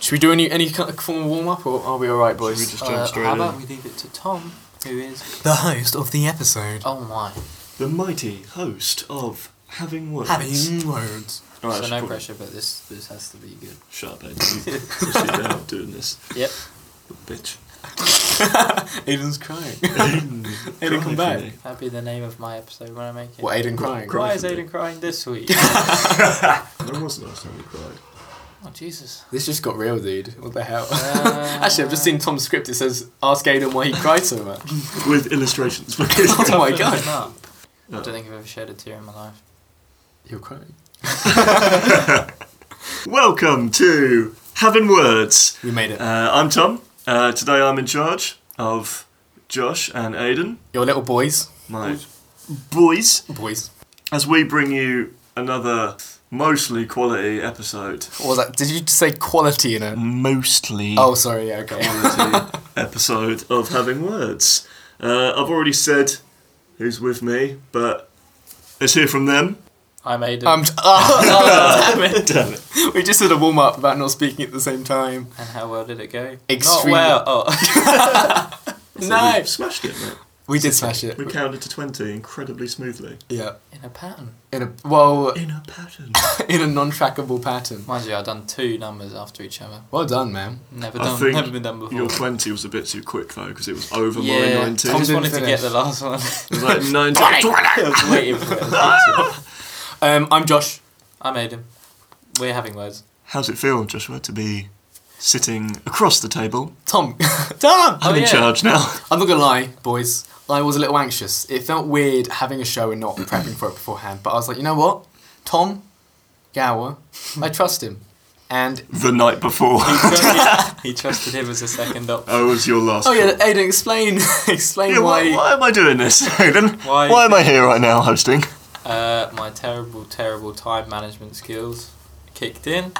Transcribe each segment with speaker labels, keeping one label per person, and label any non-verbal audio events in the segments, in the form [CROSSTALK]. Speaker 1: Should we do any any kind of form of warm up, or are we all right, boys?
Speaker 2: we just
Speaker 3: Uh,
Speaker 2: jump straight
Speaker 3: how
Speaker 2: in?
Speaker 3: about we leave it to Tom, who is
Speaker 4: The host of the episode.
Speaker 3: oh my,
Speaker 2: The mighty host of Having Words.
Speaker 4: Having words.
Speaker 2: All right, I
Speaker 3: so
Speaker 2: should
Speaker 3: no
Speaker 2: probably-
Speaker 3: pressure, but this this has to be good.
Speaker 2: Shut up, Ed. You sit
Speaker 3: [LAUGHS]
Speaker 2: down doing this,
Speaker 3: Yep.
Speaker 2: bitch.
Speaker 1: [LAUGHS]
Speaker 3: [LAUGHS]
Speaker 1: Aiden's crying.
Speaker 2: Aiden,
Speaker 1: come back.
Speaker 3: That'd be the name of my episode when I make it.
Speaker 1: what Aiden crying?
Speaker 2: Cry-
Speaker 3: Why is Aiden crying this week?
Speaker 2: When was the last time you cried?
Speaker 3: oh Jesus.
Speaker 1: This just got real, dude. What the hell?
Speaker 3: Uh,
Speaker 1: [LAUGHS] Actually, I've just seen Tom's script. It says, "Ask Aiden why he cried so much."
Speaker 2: With illustrations, [LAUGHS]
Speaker 3: [LAUGHS]
Speaker 2: because
Speaker 1: oh my god,
Speaker 3: I
Speaker 2: No.
Speaker 3: don't think I've ever shed a tear in my life.
Speaker 1: you're crying.
Speaker 2: Welcome to Having Words.
Speaker 1: We made it.
Speaker 2: Uh, I'm Tom. Uh, today I'm in charge of Josh and Aiden,
Speaker 1: Your little boys,
Speaker 2: my boys,
Speaker 1: boys.
Speaker 2: as we bring you another mostly quality episode.
Speaker 1: What was that? Did you say quality in
Speaker 2: Mm.
Speaker 1: it?
Speaker 2: Mostly.
Speaker 1: Oh, sorry. Yeah, okay. [LAUGHS]
Speaker 2: quality episode of Having Words. Uh, I've already said who's with me, but let's hear from
Speaker 3: [LAUGHS]
Speaker 2: them.
Speaker 3: I'm Aiden.
Speaker 1: I'm. T- Um, [LAUGHS] oh, damn it.
Speaker 2: Damn it.
Speaker 1: We just did a warm up about not speaking at the same time.
Speaker 3: and how well did it go?
Speaker 1: Extremely-
Speaker 3: Not well. Oh.
Speaker 2: We smashed it, mate.
Speaker 1: we did smash it.
Speaker 2: We counted to 20 incredibly smoothly.
Speaker 1: Yeah,
Speaker 3: In a pattern.
Speaker 1: in a
Speaker 3: Oh.
Speaker 1: well,
Speaker 2: In a pattern.
Speaker 1: in a non-trackable pattern.
Speaker 3: Mind you, I've done two numbers after each other.
Speaker 1: Well done, man.
Speaker 3: Never
Speaker 2: I
Speaker 3: done.
Speaker 2: think
Speaker 3: Never been done before.
Speaker 2: Your 20 was a bit too quick, though, because it was over
Speaker 3: yeah,
Speaker 2: my
Speaker 3: I
Speaker 1: Tom
Speaker 2: 19.
Speaker 3: just
Speaker 1: didn't
Speaker 3: wanted to
Speaker 1: finish.
Speaker 3: get the last one. [LAUGHS]
Speaker 2: It was like 19.
Speaker 3: I was waiting for it. I was
Speaker 1: Um, I'm Josh.
Speaker 3: I'm Aiden. We're having words.
Speaker 2: How's it feel, Joshua, to be sitting across the table?
Speaker 1: Tom. [LAUGHS] Tom.
Speaker 2: I'm
Speaker 3: Oh,
Speaker 2: in
Speaker 3: yeah.
Speaker 2: charge now. [LAUGHS]
Speaker 1: I'm not gonna lie, boys. I was a little anxious. It felt weird having a show and not prepping for it beforehand. But I was like, you know what, Tom Gower, I trust him. And
Speaker 2: The night before.
Speaker 3: he trusted him as a second option.
Speaker 2: I was your last
Speaker 1: oh yeah,
Speaker 2: call.
Speaker 1: Aiden, explain, [LAUGHS] explain
Speaker 2: Yeah, why,
Speaker 1: why.
Speaker 2: why am I doing this, [LAUGHS] Aiden?
Speaker 3: Oh, Why-
Speaker 2: why am I here right now hosting?
Speaker 3: Uh, my terrible, terrible time management skills kicked in,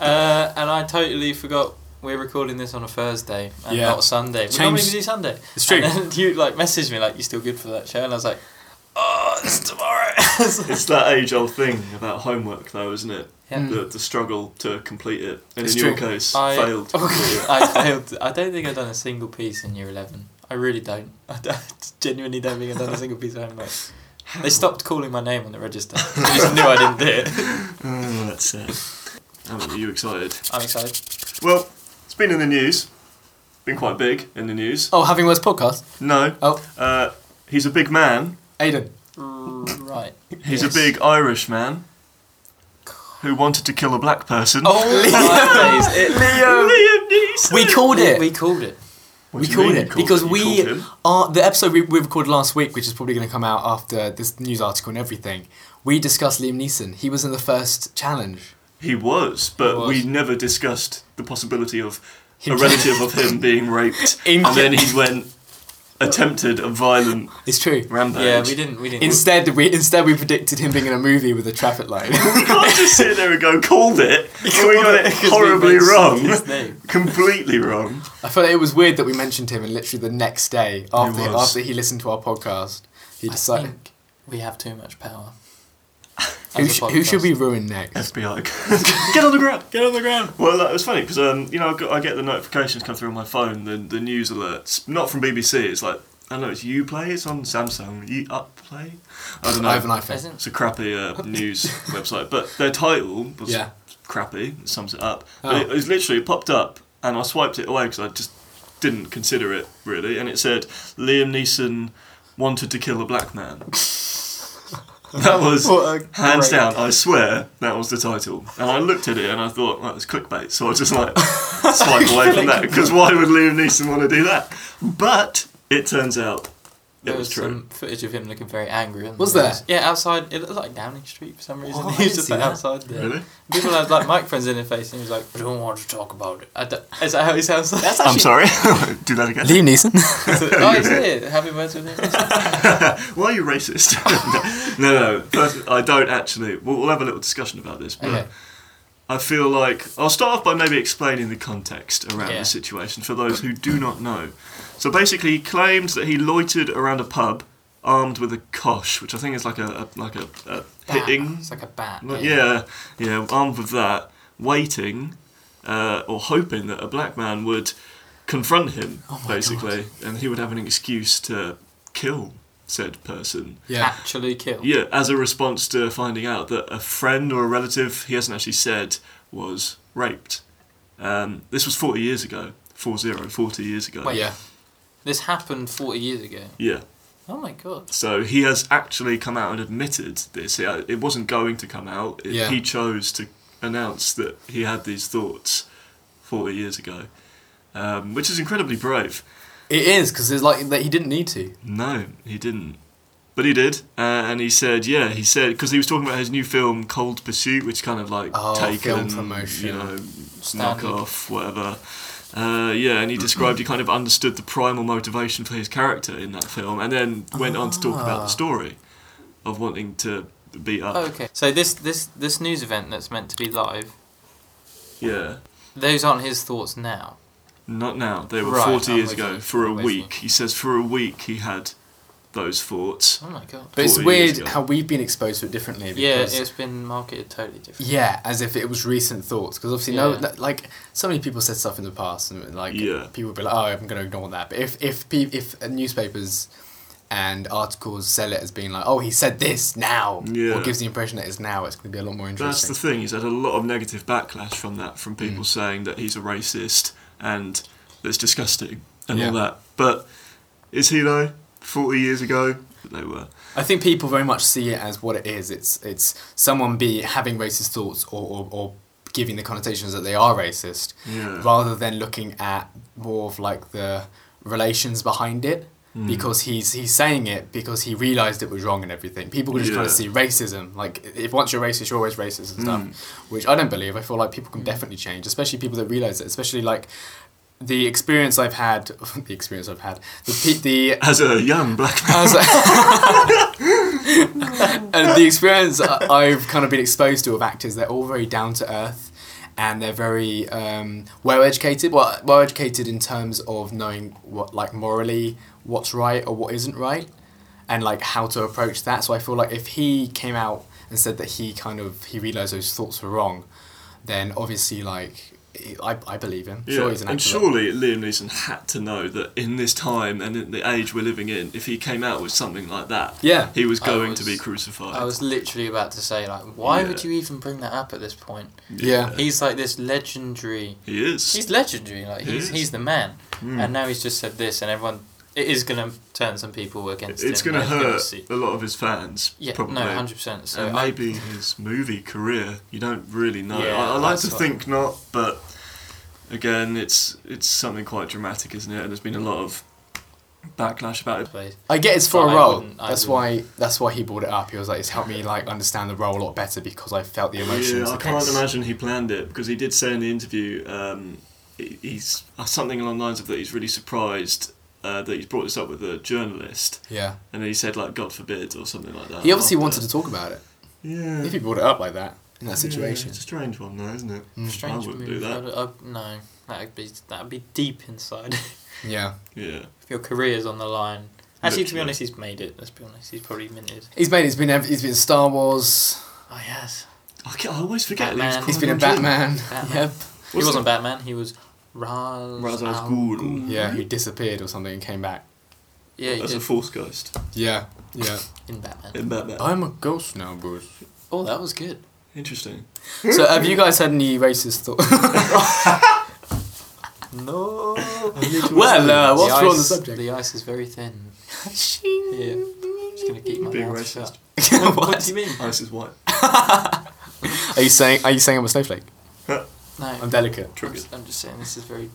Speaker 3: uh, and I totally forgot we're recording this on a Thursday and
Speaker 1: Yeah.
Speaker 3: not Sunday. We
Speaker 1: Change-
Speaker 3: normally do Sunday.
Speaker 1: It's true.
Speaker 3: And then [LAUGHS] you like messaged me like you still good for that show, and I was like, oh, it's tomorrow.
Speaker 2: [LAUGHS] It's that age old thing about homework, though, isn't it?
Speaker 3: Yeah. Mm.
Speaker 2: The, the struggle to complete it. And
Speaker 1: It's
Speaker 2: in your
Speaker 1: true.
Speaker 2: case,
Speaker 3: I-
Speaker 2: failed. to complete it.
Speaker 3: [LAUGHS] I failed. I don't think I've done a single piece in year eleven. I really don't. [LAUGHS] I don't, genuinely don't think I've done a single piece of homework. They stopped calling my name on the register. They just knew I didn't do it. [LAUGHS]
Speaker 2: Oh, that's it. Alan, are you excited?
Speaker 3: I'm excited.
Speaker 2: Well, it's been in the news. Been quite big in the news.
Speaker 1: Oh, having words podcast.
Speaker 2: No.
Speaker 1: Oh,
Speaker 2: Uh, he's a big man.
Speaker 1: Aiden.
Speaker 3: Right.
Speaker 2: He's
Speaker 3: Yes.
Speaker 2: a big Irish man who wanted to kill a black person.
Speaker 3: Oh
Speaker 1: [LAUGHS]
Speaker 3: [LAUGHS] my days! It,
Speaker 2: [LAUGHS] Liam Neeson!
Speaker 1: We called it.
Speaker 3: We called it.
Speaker 2: What
Speaker 1: we
Speaker 2: do you
Speaker 1: called
Speaker 2: mean you
Speaker 1: it because
Speaker 2: You
Speaker 1: we
Speaker 2: called him?
Speaker 1: are the episode we, we recorded last week, which is probably going to come out after this news article and everything. We discussed Liam Neeson. He was in the first challenge.
Speaker 2: He was, but
Speaker 3: He was.
Speaker 2: we never discussed the possibility of
Speaker 1: Him-
Speaker 2: a relative of
Speaker 3: [LAUGHS]
Speaker 2: him being raped.
Speaker 1: In-
Speaker 2: and then he went attempted a violent
Speaker 1: It's true.
Speaker 2: rampage.
Speaker 3: Yeah,
Speaker 2: [LAUGHS]
Speaker 3: we didn't. We didn't.
Speaker 1: Instead, we instead we predicted him being in a movie with a traffic
Speaker 2: [LAUGHS]
Speaker 1: light.
Speaker 2: We can't just sit there and go, called
Speaker 3: [LAUGHS]
Speaker 2: it. and we [LAUGHS] got it
Speaker 3: 'Cause we
Speaker 2: horribly
Speaker 3: mentioned
Speaker 2: wrong.
Speaker 3: his name.
Speaker 2: [LAUGHS] Completely wrong.
Speaker 1: I felt it was weird that we mentioned him, and literally the next day after
Speaker 2: was.
Speaker 1: after he listened to our podcast, he
Speaker 3: I
Speaker 1: decided
Speaker 3: think we have too
Speaker 1: [LAUGHS]
Speaker 3: much power.
Speaker 1: who,
Speaker 3: As a
Speaker 1: sh- who should
Speaker 3: podcast.
Speaker 1: we ruin next?
Speaker 2: [LAUGHS] FBI. get on the ground.
Speaker 3: get on the ground?
Speaker 2: Well, that was funny because um, you know I, got, I get the notifications come through on my phone, the the news alerts, not from BBC. It's like I don't know, it's UPlay. It's on Samsung. You up play? I don't know.
Speaker 1: I have an iPhone.
Speaker 3: Isn't
Speaker 2: It's a crappy uh, news website, but their title was
Speaker 1: Yeah.
Speaker 2: crappy. It sums it up.
Speaker 1: Oh.
Speaker 2: But it, it was literally it popped up, and I swiped it away because I just didn't consider it really. And it said Liam Neeson wanted to kill a black man. that was
Speaker 1: What a
Speaker 2: hands
Speaker 1: great-
Speaker 2: down. I swear that was the title. And I looked at it and I thought well, that's clickbait. So I just like swiped away from that because why would Liam Neeson want to do that? But it turns out
Speaker 3: There
Speaker 2: it
Speaker 3: was
Speaker 2: was true.
Speaker 3: some footage of him looking very angry. on the
Speaker 1: Was there?
Speaker 3: news. Yeah, outside. It looked like Downing Street for some reason.
Speaker 1: Oh, I
Speaker 3: [LAUGHS] he
Speaker 1: didn't
Speaker 3: was just
Speaker 1: see
Speaker 3: like
Speaker 1: that.
Speaker 3: outside there.
Speaker 2: Really?
Speaker 3: People had
Speaker 1: [LAUGHS]
Speaker 3: like microphones in their face, and he was like, "I don't want to talk about it." I don't, is that how he sounds? Like?
Speaker 2: I'm
Speaker 3: [LAUGHS]
Speaker 2: sorry. [LAUGHS] do that again.
Speaker 1: Liam Neeson. [LAUGHS]
Speaker 3: oh, he's here. Happy words with him.
Speaker 2: Why are you racist? [LAUGHS] no, no, no. First, I don't actually. We'll, we'll have a little discussion about this.
Speaker 1: [LAUGHS]
Speaker 2: But
Speaker 3: Okay.
Speaker 2: I feel like I'll start off by maybe explaining the context around
Speaker 3: Yeah.
Speaker 2: the situation for those who do not know. So basically, he claimed that he loitered around a pub armed with a kosh, which I think is like a, a like a, a
Speaker 3: Bat.
Speaker 2: hitting.
Speaker 3: It's like a bat.
Speaker 2: Yeah, yeah, armed with that, waiting uh, or hoping that a black man would confront him,
Speaker 5: Oh my
Speaker 2: basically, and he would have an excuse to kill said person.
Speaker 5: Yeah.
Speaker 3: Actually killed.
Speaker 2: Yeah, as a response to finding out that a friend or a relative he hasn't actually said was raped. Um, this was 40 years ago. 40, 40 years ago.
Speaker 3: Wait.
Speaker 1: yeah.
Speaker 3: This happened 40 years ago.
Speaker 2: Yeah.
Speaker 3: Oh my god.
Speaker 2: So he has actually come out and admitted this. It it wasn't going to come out. It-
Speaker 1: Yeah.
Speaker 2: He chose to announce that he had these thoughts 40 years ago, um, which is incredibly brave.
Speaker 1: It is because it's like that. He didn't need to.
Speaker 2: No, he didn't. But he did, uh, and he said, yeah, he said because he was talking about his new film Cold Pursuit, which kind of like
Speaker 1: Oh, film
Speaker 2: taken,
Speaker 1: promotion.
Speaker 2: you know,
Speaker 3: Standard.
Speaker 2: knockoff, whatever. Uh, yeah, and he described he kind of understood the primal motivation for his character in that film, and then went on to talk about
Speaker 1: Ah.
Speaker 2: the story of wanting to beat up.
Speaker 3: Okay. So this this this news event that's meant to be live,
Speaker 2: Yeah,
Speaker 3: those aren't his thoughts now.
Speaker 2: not now. They were
Speaker 3: Right,
Speaker 2: 40
Speaker 3: I'm
Speaker 2: years
Speaker 3: with
Speaker 2: ago.
Speaker 3: you,
Speaker 2: For a
Speaker 3: I'm with you.
Speaker 2: week, he says, for a week he had those thoughts.
Speaker 3: Oh my god.
Speaker 1: But it's
Speaker 2: 40 years
Speaker 1: weird
Speaker 2: ago.
Speaker 1: how we've been exposed to it differently.
Speaker 3: Yeah,
Speaker 1: Because,
Speaker 3: it's been marketed totally different.
Speaker 1: Yeah, as if it was recent thoughts. Because obviously, no,
Speaker 3: Yeah.
Speaker 1: that, like so many people said stuff in the past, and like
Speaker 2: Yeah.
Speaker 1: people would be like, "Oh, I'm going to ignore that." But if if pe- if newspapers and articles sell it as being like, "Oh, he said this now,"
Speaker 2: Yeah.
Speaker 1: or gives the impression that it's now, it's going to be a lot more
Speaker 2: That's the
Speaker 1: interesting. Mm.
Speaker 2: thing. He's had a lot of negative backlash from that, from people saying that he's a racist and that's disgusting and all
Speaker 1: Yeah.
Speaker 2: that. But is he though? Forty years ago, they were.
Speaker 1: I think people very much see it as what it is. It's it's someone be having racist thoughts or or, or giving the connotations that they are racist,
Speaker 2: Yeah.
Speaker 1: Mm. rather than looking at more of like the relations behind it
Speaker 2: Mm.
Speaker 1: because he's he's saying it because he realized it was wrong and everything. People just trying to
Speaker 2: Yeah.
Speaker 1: see racism. Like if once you're racist, you're always racist and stuff,
Speaker 2: Mm.
Speaker 1: which I don't believe. I feel like people can definitely change, especially people that realize it. Especially like the experience I've had, [LAUGHS] the experience I've had, the pe- the
Speaker 2: As a young black man.
Speaker 1: as [LAUGHS] and the experience I- I've kind of been exposed to of actors, they're all very down to earth, and they're very um, well educated. Well, well educated in terms of knowing what, like, morally what's right or what isn't right, and like how to approach that. So I feel like if he came out and said that he kind of he realized those thoughts were wrong, then obviously like I, I believe him. Sure, he's an
Speaker 2: and
Speaker 1: actor.
Speaker 2: surely Liam Neeson had to know that in this time and in the age we're living in, if he came out with something like that,
Speaker 1: yeah.
Speaker 2: he was
Speaker 3: I
Speaker 2: going to
Speaker 3: was-
Speaker 2: be crucified.
Speaker 3: I was literally about to say like, why would
Speaker 2: Yeah.
Speaker 3: you even bring that up at this point?
Speaker 1: Yeah.
Speaker 3: He's like this legendary.
Speaker 2: he is.
Speaker 3: He's legendary. Like
Speaker 2: He
Speaker 3: he's
Speaker 2: is.
Speaker 3: he's the man.
Speaker 2: Mm.
Speaker 3: And now he's just said this, and everyone it is gonna turn some people against
Speaker 2: it's
Speaker 3: him.
Speaker 2: going to
Speaker 3: like, they're
Speaker 2: hurt
Speaker 3: see-
Speaker 2: a lot of his fans.
Speaker 3: Yeah,
Speaker 2: probably.
Speaker 3: no, hundred percent. So
Speaker 2: and
Speaker 3: I-
Speaker 2: maybe his movie career. You don't really know.
Speaker 3: Yeah,
Speaker 2: I, I like
Speaker 3: that's
Speaker 2: to
Speaker 3: what-
Speaker 2: think not, but again, it's it's something quite dramatic, isn't it? And there's been a lot of backlash about it.
Speaker 1: I get it's for
Speaker 3: But
Speaker 1: a
Speaker 3: I
Speaker 1: role.
Speaker 3: wouldn't- I
Speaker 1: That's why.
Speaker 3: wouldn't.
Speaker 1: That's why he brought it up. He was like, "It's helped me like understand the role a lot better because I felt the emotions."
Speaker 2: Yeah, I can't imagine he planned it because he did say in the interview um, he- he's uh, something along the lines of that he's really surprised. Uh, that he's brought this up with a journalist,
Speaker 1: Yeah,
Speaker 2: and he said like "God forbid" or something like that.
Speaker 1: he obviously
Speaker 2: after.
Speaker 1: wanted to talk about it.
Speaker 2: Yeah.
Speaker 1: If he brought it up like that in that
Speaker 2: Yeah,
Speaker 1: situation,
Speaker 2: it's a strange one, though, isn't it?
Speaker 1: Mm.
Speaker 2: I
Speaker 3: Strange
Speaker 2: wouldn't do
Speaker 3: move.
Speaker 2: that.
Speaker 3: I'd- I'd- no, that'd be that'd be deep inside. [LAUGHS]
Speaker 1: yeah,
Speaker 2: Yeah.
Speaker 3: if your career's on the line. Actually, to be
Speaker 2: Literally.
Speaker 3: honest, he's made it. Let's be honest, he's probably minted.
Speaker 1: he's made. He's been. ev- He's been Star Wars.
Speaker 3: Oh yes,
Speaker 2: I, ca- I always forget.
Speaker 3: Batman.
Speaker 2: that
Speaker 1: He's
Speaker 2: Quantum
Speaker 1: been in
Speaker 2: Dream.
Speaker 1: Batman.
Speaker 3: Batman.
Speaker 1: Yep.
Speaker 3: he
Speaker 2: What's
Speaker 3: wasn't Batman. He was Raz.
Speaker 2: Ra's al
Speaker 3: al
Speaker 2: Ghul.
Speaker 3: Ghul.
Speaker 1: Yeah, who disappeared or something and came back.
Speaker 3: Yeah, he
Speaker 2: That's a
Speaker 3: did
Speaker 2: force ghost
Speaker 1: Yeah,
Speaker 2: [LAUGHS]
Speaker 1: yeah.
Speaker 3: in Batman.
Speaker 2: in Batman.
Speaker 1: I'm a ghost now, Bruce.
Speaker 3: Oh, that was good.
Speaker 2: Interesting.
Speaker 1: So, have you guys had any racist thoughts? [LAUGHS]
Speaker 3: No. [LAUGHS]
Speaker 1: well, uh, whilst we're
Speaker 3: the
Speaker 1: on
Speaker 3: ice,
Speaker 1: the subject,
Speaker 3: The ice is very thin. Yeah. Just gonna keep my
Speaker 2: Being
Speaker 3: mouth
Speaker 2: racist. [LAUGHS]
Speaker 3: shut. what?
Speaker 1: [LAUGHS] What?
Speaker 3: do you mean?
Speaker 2: Ice is white.
Speaker 1: are you saying? Are you saying I'm a snowflake?
Speaker 3: No.
Speaker 1: I'm delicate,
Speaker 3: I'm,
Speaker 2: Triggered.
Speaker 3: just, I'm just saying this is very.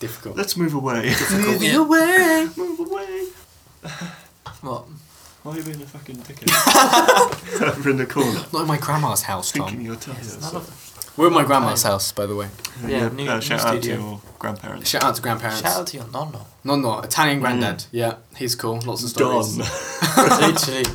Speaker 1: difficult.
Speaker 2: Let's move away.
Speaker 3: Move it
Speaker 1: away.
Speaker 2: move away.
Speaker 3: What?
Speaker 2: Why are you being a fucking dickhead? Over in the corner,
Speaker 1: Not in my grandma's house,
Speaker 2: tweaking
Speaker 1: Tom.
Speaker 2: your toes.
Speaker 3: It's none of-
Speaker 1: We're at my grandma's house, by the way.
Speaker 2: Yeah,
Speaker 3: Yeah, new-
Speaker 2: uh,
Speaker 3: new
Speaker 2: shout out to
Speaker 3: studio.
Speaker 2: your grandparents.
Speaker 1: Shout out to grandparents.
Speaker 3: Shout out to
Speaker 2: [LAUGHS]
Speaker 3: your nonno.
Speaker 1: No, no, Italian granddad. Yeah, he's cool. [LAUGHS] Lots of stories.
Speaker 2: Mm.
Speaker 1: [LAUGHS]
Speaker 2: [LAUGHS] Don.
Speaker 3: Literally.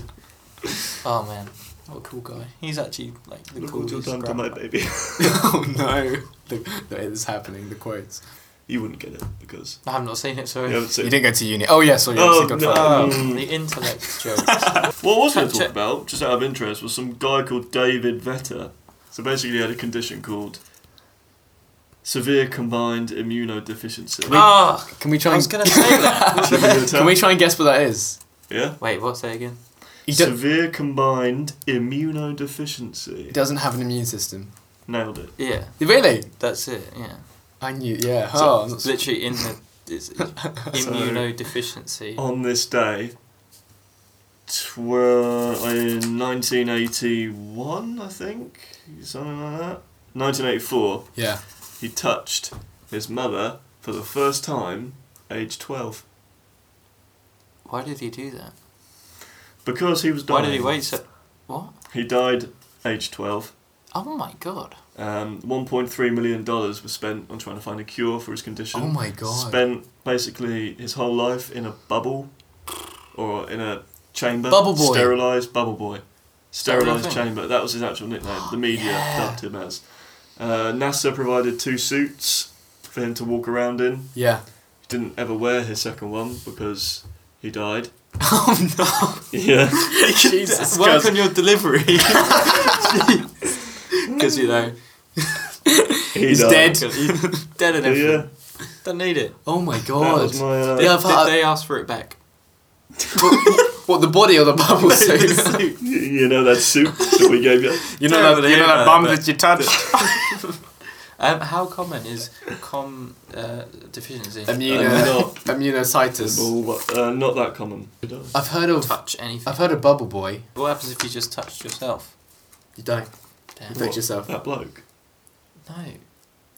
Speaker 3: Oh man, what a cool guy. He's actually like the
Speaker 2: Look what
Speaker 3: coolest.
Speaker 2: you've done to my
Speaker 3: grandpa.
Speaker 2: baby.
Speaker 1: oh no, the, the, it's happening. The quotes.
Speaker 2: You wouldn't get it because
Speaker 3: I have not seen it,
Speaker 2: you
Speaker 3: sorry.
Speaker 2: haven't seen.
Speaker 1: You didn't go to uni. Oh yeah, sorry.
Speaker 2: Oh,
Speaker 1: obviously
Speaker 2: no.
Speaker 1: Godfather.
Speaker 3: Oh,
Speaker 2: Mm.
Speaker 3: the [LAUGHS] intellect joke.
Speaker 2: What I was going to
Speaker 3: Fact
Speaker 2: talk
Speaker 3: check.
Speaker 2: about, just out of interest, was some guy called David Vetter. So basically, he had a condition called severe combined immunodeficiency.
Speaker 3: Ah,
Speaker 1: Can we try
Speaker 3: I
Speaker 1: and [LAUGHS]
Speaker 3: was gonna say [LAUGHS] that.
Speaker 2: Should we do the
Speaker 1: can we
Speaker 2: term?
Speaker 1: try and guess what that is?
Speaker 2: yeah.
Speaker 3: Wait, what's that again?
Speaker 1: He do-
Speaker 2: Severe combined immunodeficiency.
Speaker 1: doesn't have an immune system.
Speaker 2: Nailed it.
Speaker 3: Yeah,
Speaker 1: Really?
Speaker 3: that's it. Yeah.
Speaker 1: I knew. Yeah.
Speaker 3: So
Speaker 1: Oh, I'm
Speaker 3: it's
Speaker 1: not sure.
Speaker 3: literally in the it's [LAUGHS] immunodeficiency.
Speaker 2: On this day, twer- in 1981, I think, something like that. 1984,
Speaker 1: yeah.
Speaker 2: he touched his mother for the first time, age 12,
Speaker 3: Why did he do that?
Speaker 2: because he was
Speaker 3: Why
Speaker 2: dying.
Speaker 3: did he wait so? What?
Speaker 2: He died age 12.
Speaker 3: Oh my god.
Speaker 2: Um, 1.3 million dollars was spent on trying to find a cure for his condition.
Speaker 1: Oh my god.
Speaker 2: Spent basically his whole life in a bubble or in a chamber.
Speaker 1: Bubble boy.
Speaker 2: Sterilized bubble boy. Sterilized
Speaker 3: Sterilized thing.
Speaker 2: chamber. That was his actual nickname.
Speaker 1: [GASPS]
Speaker 2: The media
Speaker 1: Yeah.
Speaker 2: dubbed him as. Uh, NASA provided two suits for him to walk around in. [LAUGHS]
Speaker 1: yeah.
Speaker 2: He didn't ever wear his second one because he died.
Speaker 1: [LAUGHS] Oh
Speaker 2: Yeah.
Speaker 1: Jesus.
Speaker 3: Work on your delivery. [LAUGHS] Because you know
Speaker 2: he
Speaker 1: He's
Speaker 2: died.
Speaker 1: dead.
Speaker 3: [LAUGHS] he's dead and
Speaker 2: Yeah.
Speaker 3: everything.
Speaker 2: yeah.
Speaker 3: Don't need it.
Speaker 1: no. Oh my
Speaker 2: That
Speaker 1: god.
Speaker 2: was my. Uh,
Speaker 1: Yeah, I've
Speaker 3: Did
Speaker 1: had-
Speaker 3: they ask for it back?
Speaker 1: [LAUGHS] what the body or the bubble
Speaker 2: [LAUGHS]
Speaker 1: suit?
Speaker 2: [LAUGHS]
Speaker 3: Suit.
Speaker 2: You know that suit that we gave you?
Speaker 1: you know that. You know that
Speaker 3: Yeah,
Speaker 1: bum
Speaker 3: but-
Speaker 1: that you
Speaker 2: [LAUGHS]
Speaker 1: touched.
Speaker 3: um, how common is com uh, deficiency?
Speaker 2: I'm
Speaker 1: Immuno.
Speaker 2: not.
Speaker 1: Immunocytus.
Speaker 2: Well, uh, not that common.
Speaker 1: I've heard of.
Speaker 3: touch anything.
Speaker 1: I've heard of bubble boy.
Speaker 3: What happens if you just touched yourself?
Speaker 1: You don't.
Speaker 3: Damn.
Speaker 1: You touch yourself.
Speaker 2: That bloke.
Speaker 3: No.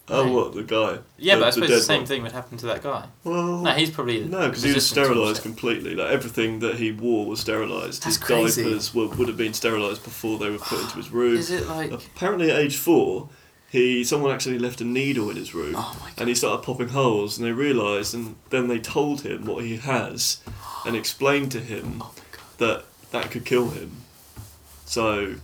Speaker 2: Oh,
Speaker 3: No.
Speaker 2: what the guy?
Speaker 3: Yeah, but I suppose the
Speaker 2: dead
Speaker 3: same
Speaker 2: one.
Speaker 3: thing would happen to that guy.
Speaker 2: Well,
Speaker 3: No, he's probably
Speaker 2: no, because he was
Speaker 3: resistant to
Speaker 2: sterilised
Speaker 3: himself.
Speaker 2: completely. Like everything that he wore was sterilised. His
Speaker 1: That's crazy.
Speaker 2: diapers were, would have been sterilised before they were put into
Speaker 3: [SIGHS]
Speaker 2: his room.
Speaker 3: Is it like
Speaker 2: Apparently, at age four, he someone actually left a needle in his room,
Speaker 1: Oh my god.
Speaker 2: and he started popping holes. And they realised, and then they told him what he has, and explained to him
Speaker 1: Oh my god.
Speaker 2: that that could kill him. So,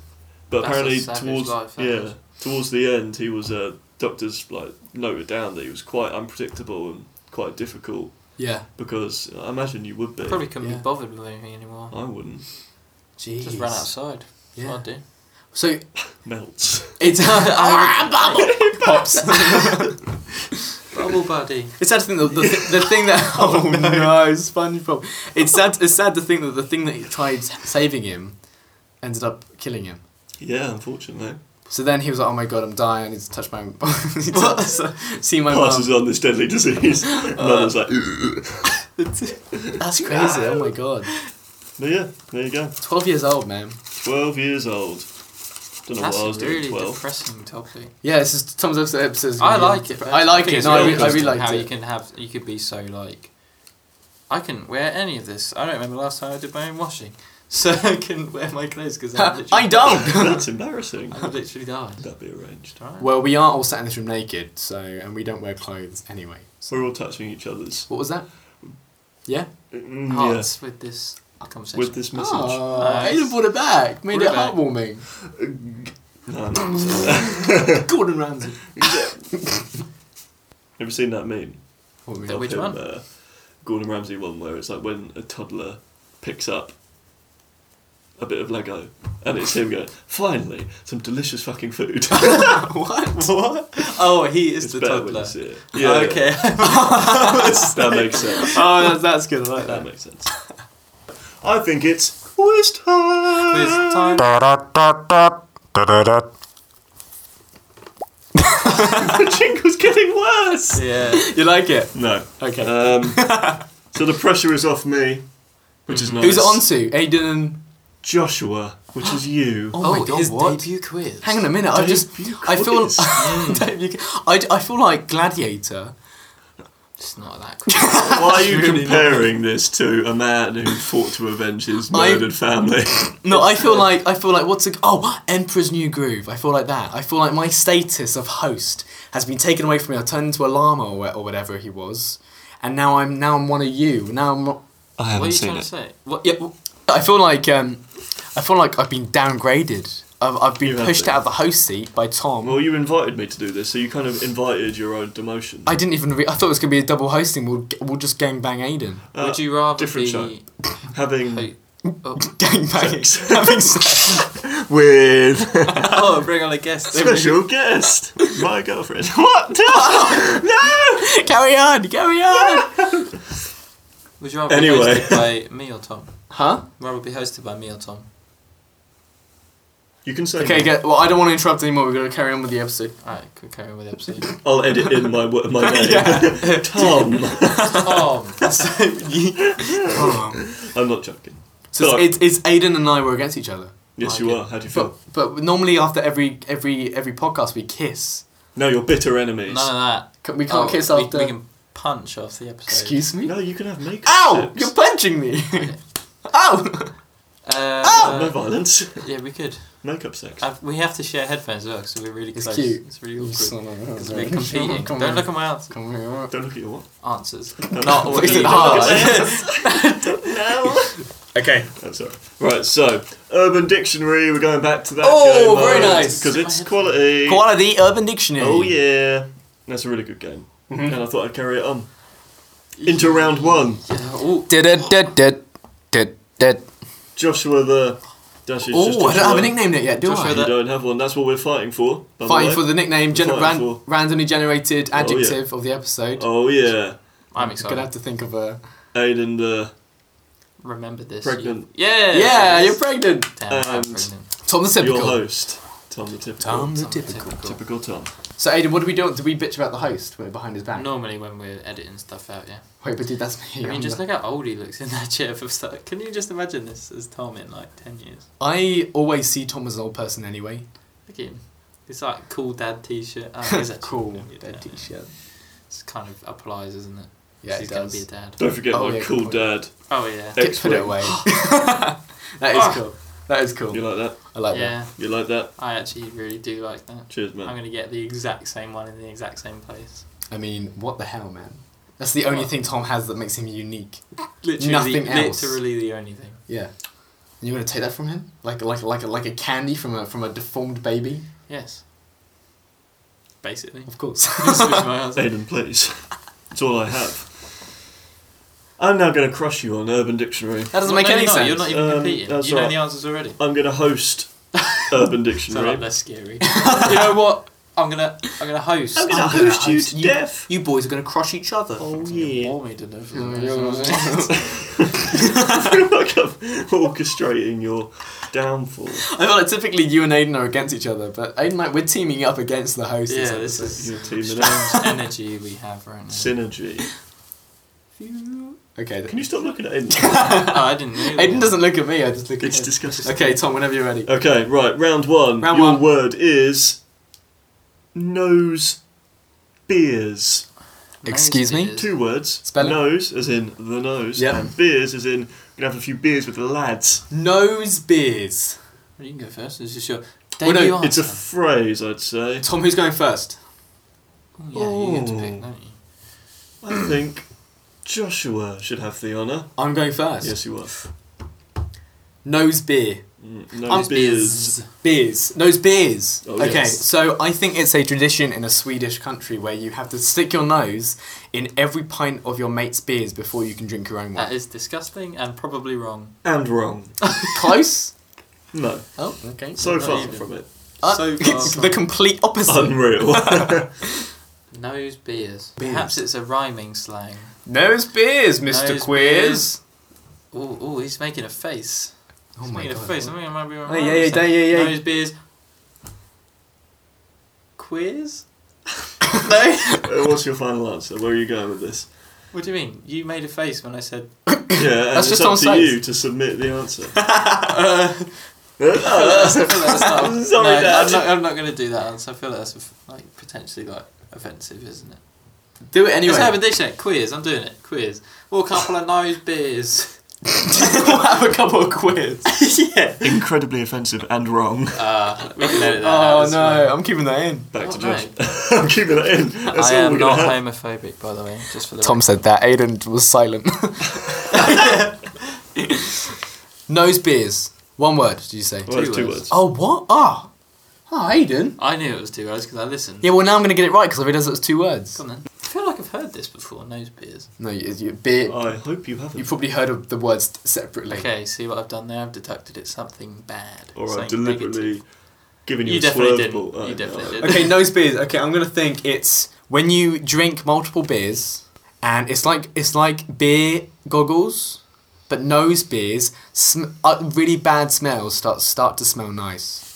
Speaker 2: but
Speaker 3: That's a
Speaker 2: apparently
Speaker 3: savage
Speaker 2: towards
Speaker 3: life, that
Speaker 2: yeah
Speaker 3: is.
Speaker 2: towards the end he was uh, doctors like noted down that he was quite unpredictable and quite difficult
Speaker 1: Yeah.
Speaker 2: because I imagine you would be.
Speaker 3: I probably couldn't
Speaker 1: Yeah.
Speaker 3: be bothered with anything anymore.
Speaker 2: I wouldn't
Speaker 1: Jeez.
Speaker 3: Just ran outside. That's
Speaker 1: Yeah.
Speaker 3: What
Speaker 2: [LAUGHS]
Speaker 3: I do.
Speaker 1: So
Speaker 2: melts. [LAUGHS]
Speaker 1: it's [LAUGHS]
Speaker 3: I
Speaker 1: bubble pops.
Speaker 3: Bubble buddy.
Speaker 1: It's sad to think that the, the, the
Speaker 3: [LAUGHS]
Speaker 1: thing that oh no, SpongeBob. It's sad. It's sad to think that the thing that he tried saving him ended up killing him.
Speaker 2: Yeah, unfortunately,
Speaker 1: So then he was like, "Oh my god, I'm dying. I need to touch my [LAUGHS] he touched- [LAUGHS] see
Speaker 3: Oh,
Speaker 1: my
Speaker 3: um,
Speaker 2: passes
Speaker 1: mum."
Speaker 2: on this deadly
Speaker 3: [LAUGHS]
Speaker 2: disease.
Speaker 3: Uh,
Speaker 2: Mother's like, "Ugh."
Speaker 1: That's crazy. Oh my god,
Speaker 2: but yeah, there you go.
Speaker 1: twelve years old, man.
Speaker 2: Twelve years old. Don't know
Speaker 3: That's
Speaker 2: what I
Speaker 3: a
Speaker 2: was doing.
Speaker 3: really
Speaker 2: at Twelve.
Speaker 3: depressing topic.
Speaker 1: Yeah, this is Tom's episode. episode's gonna
Speaker 3: I
Speaker 1: be-
Speaker 3: like it.
Speaker 1: I like
Speaker 3: think
Speaker 1: it.
Speaker 3: it's
Speaker 1: No, I,
Speaker 2: really
Speaker 1: re- I really
Speaker 3: interesting
Speaker 1: liked
Speaker 3: how
Speaker 1: it.
Speaker 3: you can have you could be so like. I couldn't wear any of this. I don't remember last time I did my own washing, [LAUGHS] so I couldn't wear my clothes because I literally
Speaker 1: [LAUGHS] I don't.
Speaker 2: [LAUGHS]
Speaker 1: [LAUGHS]
Speaker 2: That's
Speaker 3: [LAUGHS]
Speaker 2: embarrassing.
Speaker 3: I literally died.
Speaker 2: That'd be arranged.
Speaker 3: It's alright.
Speaker 1: well, we aren't all sat in this room naked, so and we don't wear clothes anyway.
Speaker 2: So we're all touching each other's.
Speaker 1: What was that? Yeah.
Speaker 2: Mm, yeah.
Speaker 3: Hearts Ah. with this conversation.
Speaker 2: with this message.
Speaker 1: Oh,
Speaker 3: Nice.
Speaker 1: Aidan brought it back. Made
Speaker 3: Brought
Speaker 1: it
Speaker 3: it back.
Speaker 1: heartwarming. [LAUGHS]
Speaker 2: [COUGHS] No, I'm not saying that.
Speaker 1: Gordon Ramsay.
Speaker 2: Ever seen that meme?
Speaker 1: What we [LAUGHS]
Speaker 3: The
Speaker 1: got?
Speaker 3: Which
Speaker 2: Him,
Speaker 3: one?
Speaker 2: Uh, Gordon Ramsay one where it's like when a toddler picks up a bit of Lego and it's him going, finally, some delicious fucking food. [LAUGHS]
Speaker 3: what? What? Oh, he is [LAUGHS]
Speaker 2: it's
Speaker 3: the
Speaker 2: better when
Speaker 3: toddler.
Speaker 2: you see it. Yeah, yeah.
Speaker 3: okay.
Speaker 2: [LAUGHS]
Speaker 3: [LAUGHS]
Speaker 1: [LAUGHS]
Speaker 2: that makes
Speaker 1: [LAUGHS]
Speaker 2: sense.
Speaker 1: Oh, that's, that's good. I like
Speaker 2: That
Speaker 1: that.
Speaker 2: makes sense. I think it's quiz time.
Speaker 3: Quiz time.
Speaker 6: Da da da da da da da.
Speaker 2: [LAUGHS] the jingle's getting worse.
Speaker 3: Yeah.
Speaker 1: You like it?
Speaker 2: No.
Speaker 1: Okay.
Speaker 2: Um,
Speaker 3: [LAUGHS]
Speaker 2: so the pressure is off me, which is nice.
Speaker 1: Who's it on to? Aidan and.
Speaker 2: Joshua, which is you.
Speaker 1: Oh, my god,
Speaker 3: his
Speaker 1: what?
Speaker 3: debut quiz.
Speaker 1: Hang on a minute. I just.
Speaker 2: Debut
Speaker 1: I feel. [LAUGHS]
Speaker 2: quiz.
Speaker 1: Debut- I, I feel like Gladiator.
Speaker 3: It's not [LAUGHS] that quiz.
Speaker 2: Why are you comparing this to a man who fought to avenge his
Speaker 1: I-
Speaker 2: murdered family?
Speaker 1: No, I feel like I feel like what's a oh Emperor's New Groove. I feel like that. I feel like my status of host has been taken away from me. I turned into a llama or, wha- or whatever he was, and now I'm now I'm one of you. Now I'm
Speaker 2: I
Speaker 3: What are you trying to say? What?
Speaker 1: Yeah, well, I feel like um, I feel like I've been downgraded. I've, I've
Speaker 2: You
Speaker 1: been
Speaker 2: have
Speaker 1: pushed
Speaker 2: been.
Speaker 1: out of the host seat by Tom.
Speaker 2: Well, you invited me to do this, so you kind of invited your own demotion.
Speaker 1: I didn't even. Re- I thought it was gonna be a double hosting. We'll we'll just gang bang
Speaker 2: [LAUGHS]
Speaker 1: Aiden.
Speaker 2: Uh,
Speaker 3: Would you rather
Speaker 2: different [LAUGHS]
Speaker 3: be?
Speaker 2: Having
Speaker 3: Oh,
Speaker 1: Gang bang. [LAUGHS]
Speaker 2: sex.
Speaker 1: Having sex.
Speaker 2: [LAUGHS] with
Speaker 3: [LAUGHS] oh, bring on a guest.
Speaker 2: special [LAUGHS] guest, my girlfriend. What? [LAUGHS] No!
Speaker 1: Carry on, carry
Speaker 2: [LAUGHS]
Speaker 1: on.
Speaker 3: Would you rather be
Speaker 2: Anyway.
Speaker 3: hosted
Speaker 1: [LAUGHS]
Speaker 3: by me or Tom?
Speaker 1: huh?
Speaker 3: Rather be hosted by me or Tom?
Speaker 2: You can say.
Speaker 1: Okay,
Speaker 2: no.
Speaker 1: get, well, I don't want to interrupt anymore. We're going to carry on with the episode.
Speaker 3: Alright, could carry on with the episode.
Speaker 2: I'll edit in my wo- my name. [LAUGHS] Tom.
Speaker 3: Tom!
Speaker 1: [LAUGHS] Um,
Speaker 2: I'm not joking.
Speaker 1: so it's, it's, it's Aiden and I were against each other.
Speaker 2: Yes,
Speaker 1: Like
Speaker 2: you
Speaker 1: it.
Speaker 2: are. How do you feel?
Speaker 1: But, but normally after every every every podcast we kiss.
Speaker 2: No, you're bitter enemies.
Speaker 3: None of that.
Speaker 1: Can- We can't
Speaker 3: Oh,
Speaker 1: kiss
Speaker 3: we,
Speaker 1: after.
Speaker 3: We can punch after the episode.
Speaker 1: Excuse me.
Speaker 2: No, you can have makeup.
Speaker 1: Ow!
Speaker 2: sex.
Speaker 1: You're punching me. [LAUGHS] Ow!
Speaker 3: Uh, [LAUGHS]
Speaker 2: No
Speaker 1: Oh!
Speaker 2: violence.
Speaker 3: Yeah, we could.
Speaker 2: Makeup sex.
Speaker 3: i we have to share headphones as well, so we're really
Speaker 1: It's
Speaker 3: close.
Speaker 1: cute.
Speaker 3: It's really awkward.
Speaker 1: [LAUGHS]
Speaker 3: Because we're competing.
Speaker 1: Come
Speaker 3: Don't
Speaker 1: on.
Speaker 3: look at my answer.
Speaker 1: Come here.
Speaker 2: Don't look at your what?
Speaker 3: answers.
Speaker 2: Don't
Speaker 3: Not [LAUGHS]
Speaker 2: look
Speaker 3: all
Speaker 2: at
Speaker 1: Is
Speaker 2: your-
Speaker 1: it
Speaker 2: [LAUGHS]
Speaker 3: you.
Speaker 1: [LAUGHS]
Speaker 3: [LAUGHS]
Speaker 1: hard? okay.
Speaker 2: I'm sorry. Right, so Urban Dictionary. We're going back to that.
Speaker 1: Oh, very nice.
Speaker 2: Because it's quality.
Speaker 1: Quality Mm-hmm. Urban Dictionary.
Speaker 2: Oh yeah, that's a really good game, and I thought I'd carry it on into round one.
Speaker 3: Uh,
Speaker 1: Ooh. Oh,
Speaker 2: Joshua the dash is just
Speaker 1: I don't have
Speaker 2: Joshua.
Speaker 1: a nickname yet, do
Speaker 3: Joshua
Speaker 1: I?
Speaker 2: You don't have one. That's what we're fighting for. by the
Speaker 1: Fighting
Speaker 2: way.
Speaker 1: for the nickname, gen-
Speaker 2: Fighting
Speaker 1: ran-
Speaker 2: for-
Speaker 1: randomly generated
Speaker 2: yeah.
Speaker 1: adjective of the episode.
Speaker 2: Oh yeah,
Speaker 3: Oh, I'm
Speaker 1: I'm gonna
Speaker 3: excited.
Speaker 1: have to think of a.
Speaker 2: Aiden the
Speaker 3: Remember this.
Speaker 2: Pregnant.
Speaker 3: You- Yeah.
Speaker 1: Yeah, you're Um, pregnant.
Speaker 3: Damn, I'm
Speaker 2: And-
Speaker 3: pregnant.
Speaker 1: Tom the typical.
Speaker 2: your host Tom the typical.
Speaker 1: the
Speaker 2: Typical Tom.
Speaker 1: So Aiden, what do we do? Do we bitch about the host? We're behind his back.
Speaker 3: Normally when we're editing stuff out, yeah.
Speaker 1: Wait, but dude, that's me.
Speaker 3: I mean,
Speaker 1: I'm
Speaker 3: just
Speaker 1: the-
Speaker 3: look how old he looks in that [LAUGHS] chair for start. Can you just imagine this as Tom in like ten years?
Speaker 1: I always see Tom as an old person anyway.
Speaker 3: Look at him. It's like cool dad T-shirt. Oh,
Speaker 1: [LAUGHS]
Speaker 3: he's actually-
Speaker 1: cool.
Speaker 3: yeah,
Speaker 1: Dead t-shirt.
Speaker 3: It's kind of applies, isn't it?
Speaker 1: Yeah, it
Speaker 3: he's gonna be a
Speaker 1: does.
Speaker 3: dad.
Speaker 2: Don't forget
Speaker 1: Oh,
Speaker 2: my
Speaker 1: yeah,
Speaker 2: cool
Speaker 1: good
Speaker 2: dad.
Speaker 3: Oh yeah.
Speaker 1: Get, put it
Speaker 2: X-Wing.
Speaker 3: [GASPS]
Speaker 1: away. [LAUGHS] that is cool. That is
Speaker 2: You
Speaker 1: cool.
Speaker 2: like that?
Speaker 1: I like that.
Speaker 3: Ah. yeah,
Speaker 2: You like that?
Speaker 3: I actually really do like that.
Speaker 2: Cheers,
Speaker 3: I'm
Speaker 2: man.
Speaker 3: gonna get the exact same one in the exact same place.
Speaker 1: I mean, what the hell, man? That's the only
Speaker 3: What?
Speaker 1: thing Tom has that makes him unique.
Speaker 3: Literally,
Speaker 1: Nothing else.
Speaker 3: Literally the only thing.
Speaker 1: Yeah. And you're gonna take that from him, like like like a, like a candy from a from a deformed baby,
Speaker 3: Yes.
Speaker 1: [LAUGHS]
Speaker 3: Basically.
Speaker 1: of course.
Speaker 3: This was my answer.
Speaker 2: Aiden, please. It's all I have. I'm now going to crush you on Urban Dictionary.
Speaker 1: That doesn't
Speaker 3: Well,
Speaker 1: make
Speaker 3: no,
Speaker 1: any
Speaker 3: you're not,
Speaker 1: sense.
Speaker 3: You're not even
Speaker 2: Um,
Speaker 3: competing.
Speaker 2: that's
Speaker 3: you know
Speaker 2: right.
Speaker 3: the answers already.
Speaker 2: I'm going to host
Speaker 1: [LAUGHS]
Speaker 2: Urban
Speaker 3: So like,
Speaker 2: Dictionary.
Speaker 3: that's scary. you know what? I'm gonna I'm gonna host.
Speaker 2: I'm gonna
Speaker 1: I'm gonna
Speaker 2: host you
Speaker 1: host
Speaker 2: to
Speaker 1: you.
Speaker 2: death.
Speaker 1: You boys are gonna crush each other. [LAUGHS]
Speaker 2: Oh
Speaker 3: You
Speaker 2: yeah.
Speaker 3: bore me to death.
Speaker 2: I feel like [LAUGHS] I'm orchestrating your downfall.
Speaker 1: I feel like typically you and Aiden are against each other, but Aiden, like, we're teaming up against the host.
Speaker 3: Yeah,
Speaker 1: It's like-
Speaker 3: this is
Speaker 2: Your team and
Speaker 3: strange [LAUGHS] energy we have right now.
Speaker 2: Synergy.
Speaker 1: Okay.
Speaker 2: Can you stop looking
Speaker 1: [LAUGHS]
Speaker 2: at Aiden?
Speaker 3: [LAUGHS] oh, I didn't know.
Speaker 1: Aiden doesn't look at me. I just look at
Speaker 2: It's
Speaker 1: him.
Speaker 2: disgusting.
Speaker 1: Okay, Tom. Whenever you're ready.
Speaker 2: Okay, right, round one.
Speaker 1: Round
Speaker 2: your
Speaker 1: one.
Speaker 2: word is nose beers.
Speaker 1: Excuse me?
Speaker 2: Two words.
Speaker 1: Spell it.
Speaker 2: Nose as in the nose.
Speaker 1: Yeah.
Speaker 2: And beers as in gonna have a few beers with the lads.
Speaker 1: Nose beers.
Speaker 3: You can go first. This is your
Speaker 1: Well,
Speaker 3: debut
Speaker 1: no,
Speaker 3: answer.
Speaker 2: It's a phrase, I'd say.
Speaker 1: Tom, who's going first?
Speaker 3: Oh, yeah, you get to
Speaker 2: Ooh.
Speaker 3: pick, don't you?
Speaker 2: I think Joshua should have the honour.
Speaker 1: I'm going first.
Speaker 2: Yes, you are.
Speaker 1: Nose beer.
Speaker 2: Mm, Nose
Speaker 1: Um,
Speaker 2: beers.
Speaker 1: Beers. Nose beers.
Speaker 2: Oh,
Speaker 1: okay,
Speaker 2: yes.
Speaker 1: so I think it's a tradition in a Swedish country where you have to stick your nose in every pint of your mate's beers before you can drink your own one.
Speaker 3: That is disgusting and probably wrong.
Speaker 2: And wrong.
Speaker 1: Close.
Speaker 2: No.
Speaker 1: Oh, okay.
Speaker 2: So
Speaker 3: Not
Speaker 2: far
Speaker 3: even.
Speaker 2: from it.
Speaker 1: Uh, [LAUGHS]
Speaker 3: so far
Speaker 1: it's the complete opposite.
Speaker 2: Unreal. [LAUGHS] Uh,
Speaker 3: Nose beers.
Speaker 1: Beers.
Speaker 3: Perhaps it's a rhyming slang.
Speaker 1: Nose beers, Mr.
Speaker 3: Nose
Speaker 1: Quiz.
Speaker 3: beers. Oh, oh, he's making a face.
Speaker 1: Oh
Speaker 3: He's
Speaker 1: my
Speaker 3: making
Speaker 1: god.
Speaker 3: a face. I think it might be wrong.
Speaker 1: Oh, yeah, yeah, yeah, yeah, yeah.
Speaker 3: Nose beers.
Speaker 1: [LAUGHS]
Speaker 3: Quiz?
Speaker 2: Uh, What's your final answer? Where are you going with this?
Speaker 3: What do you mean? You made a face when
Speaker 1: [LAUGHS]
Speaker 3: I said.
Speaker 2: Yeah, and
Speaker 1: That's
Speaker 2: it's
Speaker 1: just
Speaker 2: up
Speaker 1: on
Speaker 2: to
Speaker 1: size.
Speaker 2: you to submit the answer. [LAUGHS]
Speaker 3: I feel that's- I feel that's not-
Speaker 2: I'm sorry,
Speaker 3: no,
Speaker 2: Dad.
Speaker 3: I'm not, I'm not going to do that answer. I feel that's like potentially like offensive, isn't it?
Speaker 1: Do it
Speaker 3: Anyway.
Speaker 1: anyway.
Speaker 3: Let's have a dictionary. Quiz. I'm doing it. Quiz. Well, a couple of nose
Speaker 1: [LAUGHS]
Speaker 3: beers.
Speaker 1: we'll have a couple of [LAUGHS] quiz.
Speaker 3: yeah.
Speaker 2: Incredibly offensive and wrong.
Speaker 3: Uh, we can edit that out
Speaker 1: Oh
Speaker 3: as well.
Speaker 1: no, I'm keeping that in.
Speaker 2: Back to
Speaker 3: Oh,
Speaker 2: Josh. [LAUGHS] I'm keeping that in. That's
Speaker 3: I
Speaker 2: all
Speaker 3: am
Speaker 2: we're
Speaker 3: not
Speaker 2: gonna have.
Speaker 3: homophobic, by the way. Just for the
Speaker 1: Tom said that. Aiden was [LAUGHS] silent. Nose beers. One word, did you say?
Speaker 2: Well, it's
Speaker 3: Two
Speaker 2: two
Speaker 3: words.
Speaker 2: words.
Speaker 1: Oh, what? Ah. Oh. Aiden.
Speaker 3: I knew it was two words because I listened.
Speaker 1: Yeah, well, now I'm going to get it right because I realised it was two words.
Speaker 3: Come on then. I feel like I've heard this before, nose beers.
Speaker 1: No, you, you, beer.
Speaker 2: I hope you
Speaker 1: you
Speaker 2: haven't.
Speaker 1: probably heard of the words separately.
Speaker 3: Okay, see what I've done there? I've detected it's something bad.
Speaker 2: Or I've
Speaker 3: something
Speaker 2: deliberately given you,
Speaker 3: You
Speaker 2: a
Speaker 3: definitely
Speaker 2: swerve
Speaker 3: didn't.
Speaker 2: ball. Oh,
Speaker 3: You definitely
Speaker 2: no.
Speaker 3: didn't.
Speaker 1: Okay, nose beers. Okay, I'm gonna think it's when you drink multiple beers, and it's like it's like beer goggles, but nose beers. Sm- uh, really bad smells start start to smell nice.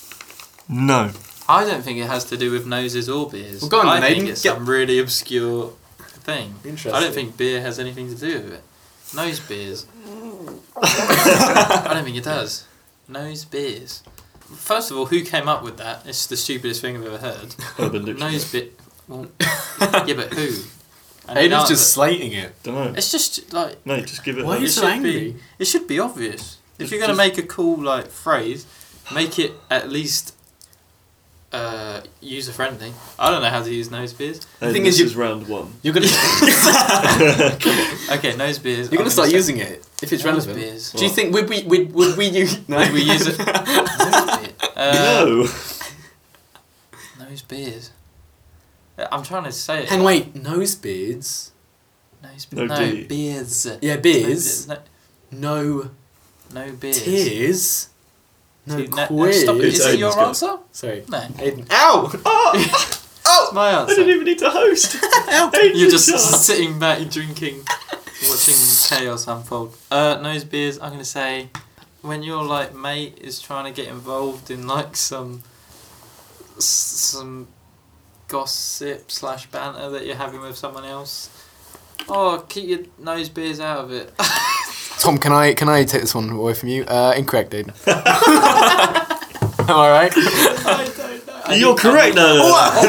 Speaker 7: No.
Speaker 3: I don't think it has to do with noses or beers.
Speaker 1: Well, go on
Speaker 3: I
Speaker 1: then,
Speaker 3: think
Speaker 1: Aiden.
Speaker 3: it's
Speaker 1: Get-
Speaker 3: some really obscure thing. I
Speaker 1: Interesting.
Speaker 3: don't think beer has anything to do with it. Nose beers. I don't think it does. Nose beers. First of all, who came up with that? It's the stupidest thing I've ever heard.
Speaker 2: Urban Dictionary.
Speaker 3: Nose bit.
Speaker 1: [LAUGHS]
Speaker 3: Well, yeah, but who? And
Speaker 1: Aiden's
Speaker 3: the answer-
Speaker 1: just slating it.
Speaker 2: Don't know.
Speaker 3: It's just like
Speaker 2: No, just give it.
Speaker 1: Why
Speaker 2: a-
Speaker 1: are you
Speaker 3: it
Speaker 1: so
Speaker 3: should
Speaker 1: angry?
Speaker 3: Be, it should be obvious. If
Speaker 2: Just-
Speaker 3: you're going to
Speaker 2: just-
Speaker 3: make a cool like phrase, make it at least uh, user friendly. I don't know how to use nose beers.
Speaker 2: Hey,
Speaker 1: The thing
Speaker 2: this
Speaker 1: is you-
Speaker 2: round one.
Speaker 1: [LAUGHS] You're
Speaker 3: [LAUGHS]
Speaker 1: gonna
Speaker 3: Okay, nose beers.
Speaker 1: you're
Speaker 3: I'm
Speaker 1: gonna start
Speaker 3: say-
Speaker 1: using it if it's
Speaker 3: Nose
Speaker 1: relevant.
Speaker 3: beers.
Speaker 1: Do you think would we would would we use? No.
Speaker 3: Would we
Speaker 1: [LAUGHS]
Speaker 3: use it? nose, beer. Uh,
Speaker 2: [LAUGHS] no.
Speaker 3: nose beers. Uh, I'm trying to say it.
Speaker 1: Hang wait, nose beards.
Speaker 3: Nose
Speaker 2: No
Speaker 3: beers. No,
Speaker 2: D.
Speaker 3: beers.
Speaker 1: Yeah, beers.
Speaker 3: No,
Speaker 1: No
Speaker 3: no beers.
Speaker 1: tears. No
Speaker 3: See, no- no,
Speaker 1: quiz.
Speaker 3: stop it.
Speaker 2: It's
Speaker 3: Is it
Speaker 2: Aiden's
Speaker 3: your
Speaker 2: got it.
Speaker 3: answer?
Speaker 1: Sorry,
Speaker 3: No.
Speaker 1: Aiden. Ow!
Speaker 3: It's my
Speaker 2: Ah, I didn't
Speaker 3: answer.
Speaker 2: even need to host.
Speaker 3: You're [LAUGHS] just
Speaker 2: Just-
Speaker 3: sitting back drinking, watching chaos unfold. Uh, nose beers. I'm gonna say, when your like mate is trying to get involved in like some s- some gossip slash banter that you're having with someone else. Oh, keep your nose beers out of [LAUGHS] it.
Speaker 1: Tom, can I can I take this one away from you? Uh, incorrect, [LAUGHS] Aiden. Am I right?
Speaker 3: I [LAUGHS] don't know.
Speaker 2: [LAUGHS] [LAUGHS] You're correct. No, no, no. [LAUGHS]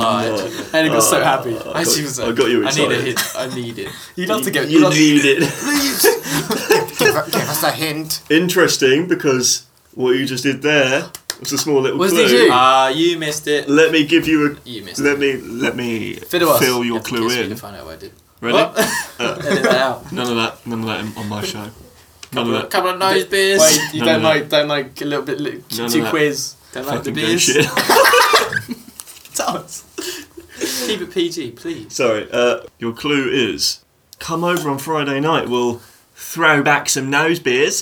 Speaker 3: Oh,
Speaker 1: Aiden got so happy.
Speaker 2: I
Speaker 1: I
Speaker 2: got-
Speaker 1: she was
Speaker 2: I
Speaker 1: like,
Speaker 2: got you
Speaker 3: I, need
Speaker 2: excited.
Speaker 3: a hint. I need
Speaker 2: [LAUGHS]
Speaker 3: it.
Speaker 1: you'd love to get.
Speaker 2: You
Speaker 1: you'd love to-
Speaker 2: need it.
Speaker 1: give, give us a hint.
Speaker 2: [LAUGHS] Interesting because what you just did there was a small little
Speaker 1: Was
Speaker 2: clue.
Speaker 1: it you?
Speaker 3: Ah, you missed it.
Speaker 2: Let me give you a.
Speaker 3: You missed it.
Speaker 2: Let me let me
Speaker 1: Fiddle us.
Speaker 2: fill
Speaker 3: You
Speaker 2: your
Speaker 3: have to
Speaker 2: clue
Speaker 3: kiss me
Speaker 2: in.
Speaker 3: To find out what I did.
Speaker 2: Ready?
Speaker 3: [LAUGHS] Edit that out.
Speaker 2: None of that. None of that in- on my show. None of that.
Speaker 3: Couple of nose beers.
Speaker 1: Wait, you
Speaker 2: No,
Speaker 1: don't
Speaker 2: no.
Speaker 1: like don't like a little bit li-
Speaker 2: No, no,
Speaker 1: too
Speaker 2: no.
Speaker 1: quiz.
Speaker 3: Don't like the
Speaker 2: Fucking gay
Speaker 3: beers.
Speaker 2: shit. [LAUGHS]
Speaker 3: Keep it PG,
Speaker 2: [LAUGHS]
Speaker 3: please.
Speaker 2: Sorry. Uh, your clue is: come over on Friday night. We'll throw back some nose beers.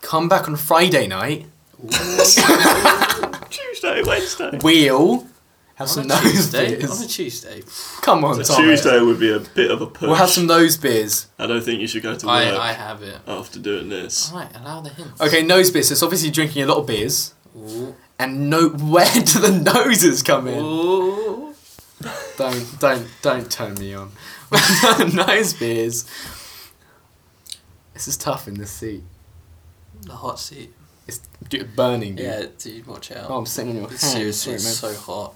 Speaker 1: Come back on Friday night.
Speaker 2: Tuesday, Wednesday.
Speaker 1: We'll have
Speaker 3: On
Speaker 1: some
Speaker 3: a
Speaker 1: nose
Speaker 3: Tuesday.
Speaker 1: beers.
Speaker 3: On a Tuesday.
Speaker 1: Come on, Tom.
Speaker 2: Tuesday would be a bit of a push.
Speaker 1: We'll have some nose beers.
Speaker 2: I don't think you should go to work
Speaker 3: I, I have it.
Speaker 2: after doing this.
Speaker 3: Alright, allow the hints.
Speaker 1: Okay, nose beers. So it's obviously drinking a lot of beers.
Speaker 3: Ooh.
Speaker 1: And no, [LAUGHS] where do the noses come in?
Speaker 3: Ooh.
Speaker 1: Don't don't don't turn me on. [LAUGHS] nose beers. This is tough in the seat.
Speaker 3: The hot seat.
Speaker 1: It's d- burning, dude.
Speaker 3: Yeah, dude, watch out.
Speaker 1: Oh, I'm sitting on your hand.
Speaker 3: it's seriously it's
Speaker 1: Sorry,
Speaker 3: so hot.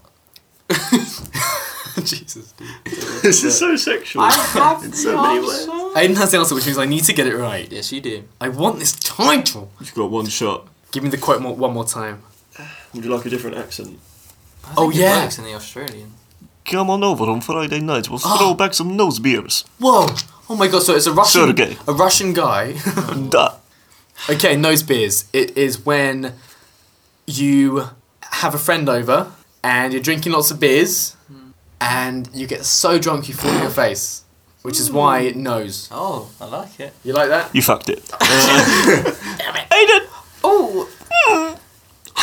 Speaker 1: man. [LAUGHS] Jesus, dude.
Speaker 2: [LAUGHS] this is so sexual.
Speaker 3: have
Speaker 2: In so many ways.
Speaker 1: Aiden has the answer, which means I need to get it right.
Speaker 3: Yes, you do.
Speaker 1: I want this title.
Speaker 2: You've got one shot.
Speaker 1: Give me the quote more, one more time.
Speaker 2: Would you like a different accent?
Speaker 3: I
Speaker 1: Oh,
Speaker 3: think it
Speaker 1: yeah.
Speaker 3: works in the Australian.
Speaker 2: Come on over on Friday night. We'll throw back some nose beers.
Speaker 1: Whoa! Oh my god! So it's a Russian,
Speaker 2: Sergey.
Speaker 1: a Russian guy. [LAUGHS]
Speaker 2: Duh.
Speaker 1: okay, nose beers. It is when you have a friend over and you're drinking lots of beers, and you get so drunk you fall on your face, which is why nose.
Speaker 3: Oh, I like it.
Speaker 1: You like that?
Speaker 2: You fucked it.
Speaker 3: Oh.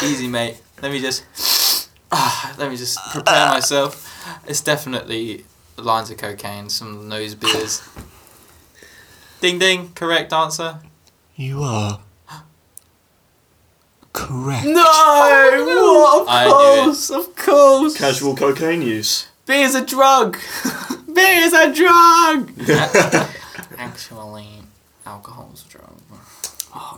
Speaker 3: Easy, mate. Let me just. Ah, let me just prepare myself. It's definitely lines of cocaine, some nose beers. ding ding, correct answer.
Speaker 2: You are [GASPS] correct.
Speaker 1: No! What? Of
Speaker 3: I knew it.
Speaker 1: course, of course.
Speaker 2: Casual cocaine use.
Speaker 1: Beer's a drug. [LAUGHS] Beer's a drug.
Speaker 3: Actually, alcohol's a drug.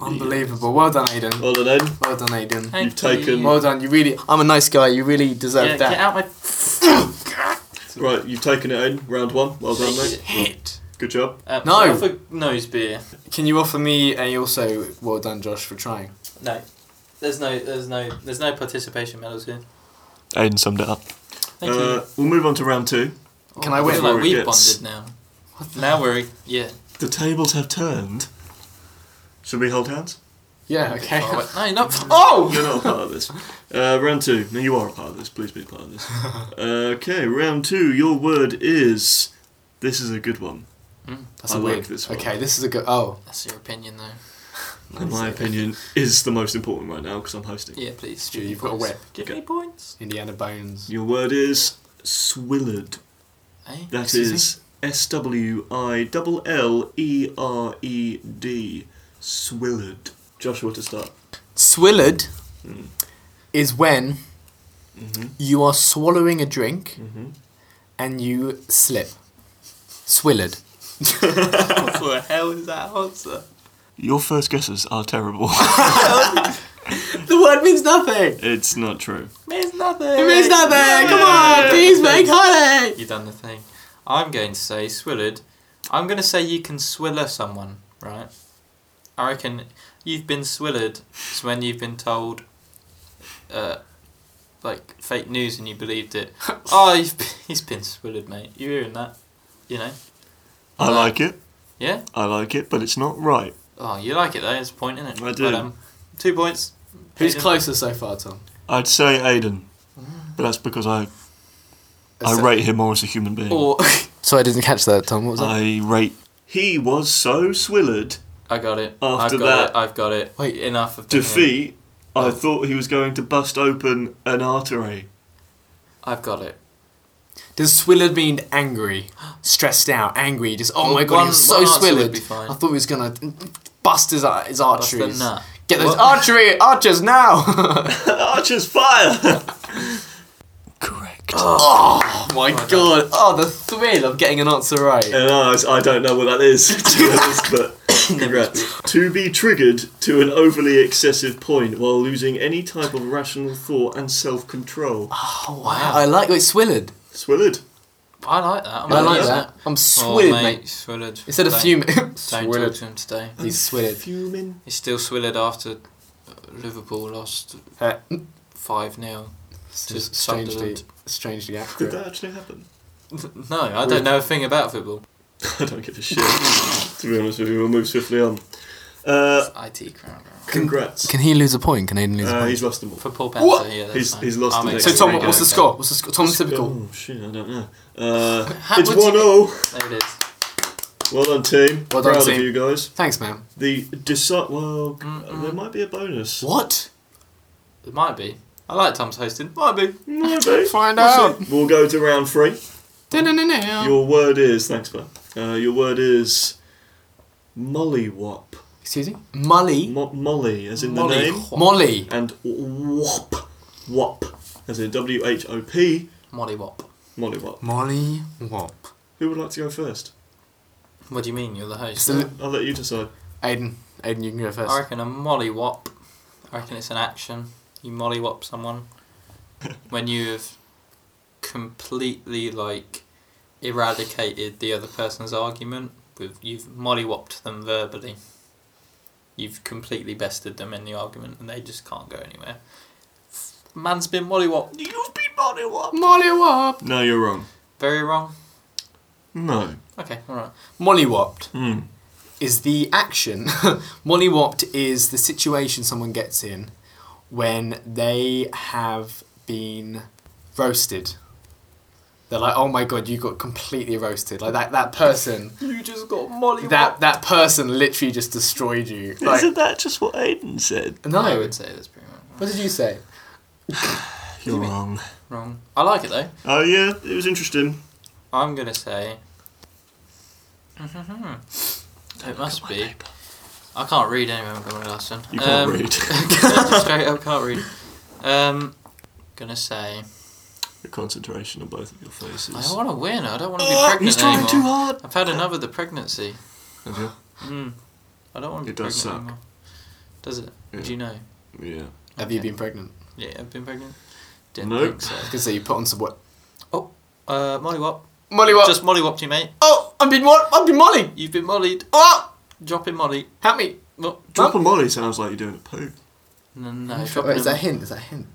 Speaker 1: Unbelievable. Well done, Aiden.
Speaker 2: Well then,
Speaker 1: Well done, Aiden.
Speaker 3: Thank
Speaker 2: taken-
Speaker 1: Well done. You really. I'm a nice guy. You really deserve
Speaker 3: Yeah,
Speaker 1: that.
Speaker 3: get out my
Speaker 2: right, you've taken it in round one. Well done, mate.
Speaker 3: hit.
Speaker 2: Good job.
Speaker 3: [COUGHS] Uh,
Speaker 1: No.
Speaker 3: what if a nose beer.
Speaker 1: Can you offer me a also well done, Josh, for trying?
Speaker 3: No, there's no, there's no, there's no participation medals here.
Speaker 2: Aiden summed it up.
Speaker 3: Thank you.
Speaker 2: uh, we'll move on to round two.
Speaker 1: Can I
Speaker 3: I
Speaker 1: win?
Speaker 3: feel like
Speaker 2: Before it
Speaker 3: we've
Speaker 2: gets-
Speaker 3: bonded now. Now we're yeah. [LAUGHS]
Speaker 2: The tables have turned. Should we hold hands?
Speaker 1: Yeah, okay.
Speaker 3: Far away. No, you're not.
Speaker 1: Oh!
Speaker 2: You're not a part of this. Uh, round two. No, you are a part of this. Please be a part of
Speaker 3: [LAUGHS]
Speaker 2: this. Okay, round two. Your word is. This is a good one.
Speaker 1: That's
Speaker 2: I
Speaker 1: a
Speaker 2: like
Speaker 1: weird.
Speaker 2: this one.
Speaker 1: okay, this is a good. Oh,
Speaker 3: That's your opinion, though.
Speaker 2: In my opinion, is the most important right now because I'm hosting.
Speaker 3: Yeah, please.
Speaker 1: Stu,
Speaker 3: give me
Speaker 1: you've got a
Speaker 3: points.
Speaker 1: whip.
Speaker 3: Give
Speaker 2: Go.
Speaker 3: me points.
Speaker 1: Indiana Bones.
Speaker 2: Your word is swillard.
Speaker 3: Hey,
Speaker 2: That
Speaker 1: Excuse
Speaker 2: is S W I double L E R E D. Swillard. Joshua to start.
Speaker 1: Swillard Hmm. is when
Speaker 2: Mm-hmm. [LAUGHS]
Speaker 1: you are swallowing a drink and you slip. Swillard.
Speaker 3: what the hell is that answer?
Speaker 2: Your first guesses are terrible.
Speaker 1: [LAUGHS] The word means nothing.
Speaker 2: [LAUGHS] it's not true.
Speaker 3: Means nothing.
Speaker 1: It means nothing. Come on, please make honey.
Speaker 3: You done the thing. I'm going to say swillard. I'm going to say you can swiller someone, right? I reckon you've been swillered is when you've been told, uh, like fake news and you believed [LAUGHS] it. oh, you've been, he's been swillered, mate. You hearing that? You know?
Speaker 2: I like it.
Speaker 3: Yeah.
Speaker 2: I like it, but it's not right.
Speaker 3: Oh, you like it though. It's a point in it. um,
Speaker 2: I do.
Speaker 3: two points.
Speaker 1: Who's
Speaker 3: Hayden.
Speaker 1: closer so far, Tom?
Speaker 2: I'd say Aiden, but that's because I I
Speaker 1: So-
Speaker 2: rate him more as a human being.
Speaker 3: Or
Speaker 1: Sorry, I didn't catch that, Tom. What was that?
Speaker 2: I rate. He was so swillered.
Speaker 3: [LAUGHS] I got it.
Speaker 2: After
Speaker 3: I've got
Speaker 2: that-
Speaker 3: it. I've got it.
Speaker 1: Wait.
Speaker 3: enough of
Speaker 2: Uh-huh.
Speaker 3: thinking.
Speaker 2: Defeat. I thought he was going to bust open an artery.
Speaker 3: I've got it.
Speaker 1: Does swillard mean angry, stressed out, angry? Just oh
Speaker 3: Well,
Speaker 1: my god,
Speaker 3: one-
Speaker 1: he's so
Speaker 3: one answer would
Speaker 1: swillard.
Speaker 3: be fine.
Speaker 1: I thought he was gonna bust his uh, his
Speaker 3: the
Speaker 1: arteries.
Speaker 3: nut.
Speaker 1: Get those
Speaker 3: What-
Speaker 1: archery archers now!
Speaker 2: [LAUGHS]
Speaker 1: [LAUGHS]
Speaker 2: Archer's [LAUGHS] fire. Correct.
Speaker 1: Oh my god! Oh, the thrill of getting an answer right.
Speaker 2: And I, I don't know what that is, to be
Speaker 1: [COUGHS]
Speaker 2: honest, but congrats. to be triggered to an overly excessive point while losing any type of rational thought and self-control.
Speaker 1: Oh wow! I like it. Swillard.
Speaker 2: Swillard.
Speaker 3: I like that. I'm
Speaker 1: I like
Speaker 3: into it.
Speaker 1: that. I'm
Speaker 3: Oh,
Speaker 1: swillard,
Speaker 3: mate,
Speaker 1: mate.
Speaker 3: swillard.
Speaker 1: Instead of
Speaker 3: Don't-
Speaker 1: [LAUGHS] fuming,
Speaker 3: Don't talk
Speaker 1: swillard.
Speaker 3: to him today.
Speaker 1: He's swillard.
Speaker 2: Fuming.
Speaker 3: He's still swillard after uh, Liverpool lost
Speaker 1: Uh,
Speaker 3: five 0 to
Speaker 1: just strangely,
Speaker 3: Sunderland.
Speaker 1: strangely
Speaker 2: Did
Speaker 1: accurate.
Speaker 2: that actually happen? [LAUGHS]
Speaker 3: No, I don't know a thing about football.
Speaker 2: I don't give a shit. to be honest with you, we'll move swiftly on. Uh,
Speaker 3: IT crown.
Speaker 2: congrats.
Speaker 1: Can he lose a point? Can Aiden lose
Speaker 2: Uh, he's lost them all.
Speaker 3: For Paul Panther,
Speaker 1: What?
Speaker 3: yeah. That's
Speaker 2: He's-
Speaker 3: fine.
Speaker 2: he's lost
Speaker 3: I'll
Speaker 2: the
Speaker 3: make
Speaker 2: next
Speaker 1: so
Speaker 3: it
Speaker 2: one.
Speaker 1: Tom,
Speaker 3: really
Speaker 1: what's
Speaker 3: good.
Speaker 1: the score? What's the score? Tom's typical.
Speaker 2: Oh shit, I don't know. Uh,
Speaker 3: How
Speaker 2: it's
Speaker 3: would you-
Speaker 2: one 0
Speaker 3: There it is.
Speaker 2: Well done, team.
Speaker 1: Well done,
Speaker 2: Proud
Speaker 1: team.
Speaker 2: of you guys.
Speaker 1: Thanks, man.
Speaker 2: The decide. Well, there might be a bonus.
Speaker 1: What?
Speaker 3: It might be. I like Tom's hosting. Might be.
Speaker 2: [LAUGHS] Maybe.
Speaker 1: Find
Speaker 2: We'll see.
Speaker 1: out.
Speaker 2: We'll go to round three.
Speaker 1: Your-
Speaker 2: Your word is thanks, man. Uh, your word is mollywop.
Speaker 1: Excuse me. Molly.
Speaker 2: Mo- molly, as in the name,
Speaker 1: Molly.
Speaker 2: and wop, wop, as in W H O P.
Speaker 3: Molly Wop.
Speaker 2: Mollywop.
Speaker 1: Molly. Wop.
Speaker 2: Who would like to go first?
Speaker 3: What do you mean? You're the host.
Speaker 1: So-
Speaker 2: I'll let you decide.
Speaker 1: Aiden. Aiden, you can go first.
Speaker 3: I reckon a molly wop. I reckon it's an action. You molly wop [LAUGHS] someone when you have completely like eradicated the other person's argument. With you've molly wopped them verbally. You've completely bested them in the argument, and they just can't go anywhere. Man's been molly wopped.
Speaker 2: You've been mollywop.
Speaker 1: Molly wop.
Speaker 2: No, you're wrong.
Speaker 3: Very wrong.
Speaker 2: No.
Speaker 3: Okay, all right.
Speaker 1: Molly wopped
Speaker 2: Hmm.
Speaker 1: is the action. [LAUGHS] Molly wopped is the situation someone gets in when they have been roasted. They're like, oh my god, you got completely roasted. Like that, that person,
Speaker 3: You just got molly
Speaker 1: that that person literally just destroyed you. Like,
Speaker 2: Isn't that just what Aiden said?
Speaker 1: no,
Speaker 3: I would say that's pretty much
Speaker 1: what did you say?
Speaker 2: You're wrong.
Speaker 3: wrong. I like it though.
Speaker 2: [LAUGHS] Oh yeah, it was interesting.
Speaker 3: I'm gonna say. [LAUGHS] it must be. I can't read anyway. I'm going last one.
Speaker 2: You can't
Speaker 3: Um, [LAUGHS]
Speaker 2: read. [LAUGHS]
Speaker 3: straight up, can't read. Um, gonna say.
Speaker 2: the concentration on both of your faces.
Speaker 3: I don't want to win. I don't want to be
Speaker 2: Oh,
Speaker 3: pregnant
Speaker 2: he's trying
Speaker 3: anymore.
Speaker 2: too hard.
Speaker 3: I've had enough of the pregnancy.
Speaker 2: Have you?
Speaker 3: Mm. I don't want to
Speaker 2: It
Speaker 3: be
Speaker 2: does suck.
Speaker 3: pregnant anymore. Does it?
Speaker 2: Yeah.
Speaker 3: Do you know?
Speaker 2: Yeah.
Speaker 1: Have you been pregnant?
Speaker 3: Yeah, I've been pregnant. Didn't
Speaker 2: Nope.
Speaker 3: think so.
Speaker 1: I can say you put on some what?
Speaker 3: Oh, uh, Molly Wop.
Speaker 1: Molly wop.
Speaker 3: Just Molly Wop you, mate.
Speaker 1: oh, I've been what? I've been molly.
Speaker 3: You've been mollied.
Speaker 1: Oh,
Speaker 3: Dropping Molly.
Speaker 1: help me.
Speaker 3: Well,
Speaker 2: Drop a molly sounds like you're doing a poo.
Speaker 3: no, no,
Speaker 1: Wait,
Speaker 3: dropping
Speaker 1: is
Speaker 3: a-
Speaker 1: that a hint? Is that a hint?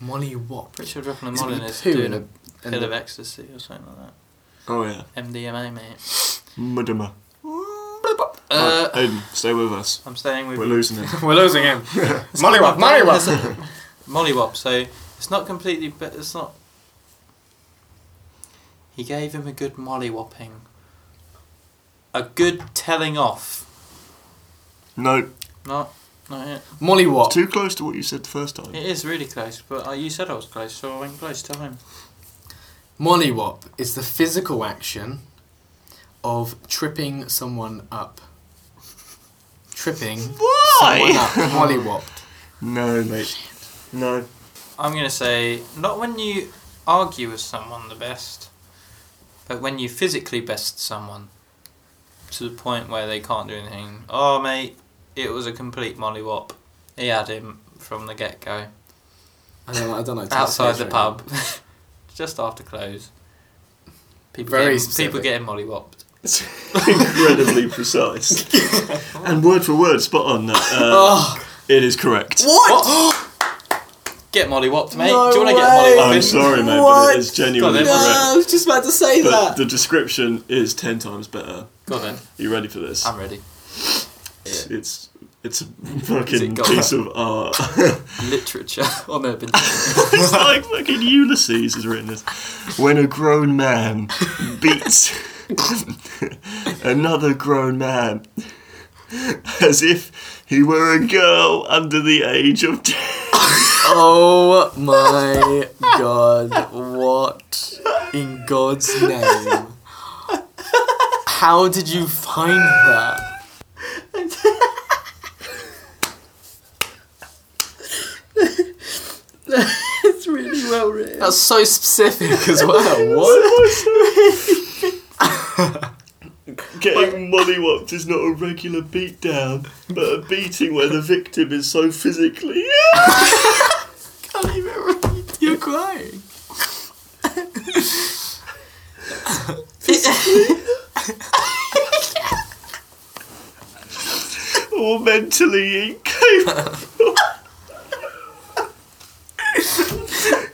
Speaker 1: Molly wop.
Speaker 3: Pretty sure dropping a
Speaker 1: It's
Speaker 3: molly
Speaker 1: gonna be
Speaker 3: is
Speaker 1: poo
Speaker 3: doing
Speaker 1: in
Speaker 3: a
Speaker 1: a- in
Speaker 3: pill
Speaker 1: the-
Speaker 3: of ecstasy or something like
Speaker 2: Oh yeah.
Speaker 3: that. MDMA, mate.
Speaker 2: Madama.
Speaker 3: Uh,
Speaker 2: right, Aiden, stay with us.
Speaker 3: I'm staying with
Speaker 2: We're
Speaker 3: you.
Speaker 2: losing
Speaker 1: [LAUGHS]
Speaker 2: it.
Speaker 1: We're losing him.
Speaker 2: [LAUGHS]
Speaker 3: It's
Speaker 1: Molly
Speaker 3: got
Speaker 1: Wop,
Speaker 3: my
Speaker 1: Molly
Speaker 3: brain
Speaker 1: Wop.
Speaker 3: has a- Mollywop. So it's not completely, but it's not. He gave him a good mollywhopping. A good telling off.
Speaker 2: No,
Speaker 3: Not, not it.
Speaker 1: Molly what?
Speaker 2: too close to what you said the first time.
Speaker 3: It is really close, but uh, you said I was close, so I went close to him.
Speaker 1: Molly wop is the physical action of tripping someone up. Tripping someone
Speaker 2: Why?
Speaker 1: up. Molly wop.
Speaker 2: No, mate. No.
Speaker 3: I'm gonna say not when you argue with someone the best, but when you physically best someone to the point where they can't do anything. Oh mate, it was a complete mollywop. He had him from the get go
Speaker 1: I don't, I don't know.
Speaker 3: outside the pub, [LAUGHS] just after close. People
Speaker 1: Very
Speaker 3: getting,
Speaker 1: specific.
Speaker 3: people getting mollywopped.
Speaker 2: It's incredibly precise. [LAUGHS] and word for word, spot on. No, uh,
Speaker 1: Oh,
Speaker 2: it is correct.
Speaker 1: what?
Speaker 3: Get mollywopped, [GASPS] mate.
Speaker 1: No
Speaker 3: do you want to get
Speaker 1: way.
Speaker 2: I'm
Speaker 3: mollywopped?
Speaker 2: sorry, mate, but
Speaker 1: What?
Speaker 2: it is genuinely
Speaker 3: God,
Speaker 1: I
Speaker 2: correct.
Speaker 1: was just about to say
Speaker 2: But the description is ten times better.
Speaker 3: Go on then.
Speaker 2: You ready for this?
Speaker 3: I'm ready.
Speaker 2: It's
Speaker 3: Yeah.
Speaker 2: it's, it's a
Speaker 3: Is it
Speaker 2: fucking
Speaker 3: gone?
Speaker 2: piece of art. [LAUGHS]
Speaker 3: Literature on [LAUGHS] urban.
Speaker 2: it's like fucking Ulysses has written this. When a grown man beats [LAUGHS] another grown man as if he were a girl under the age of ten.
Speaker 1: Oh my god. What in God's
Speaker 2: [LAUGHS]
Speaker 1: name? How did you find that?
Speaker 3: it's really well written.
Speaker 1: That's so specific as [LAUGHS] well. What?
Speaker 2: Getting mollywopped is not a regular beatdown, but a beating where the victim is so physically.
Speaker 1: can't even read. You're crying.
Speaker 2: or mentally
Speaker 3: [LAUGHS]
Speaker 2: incapable.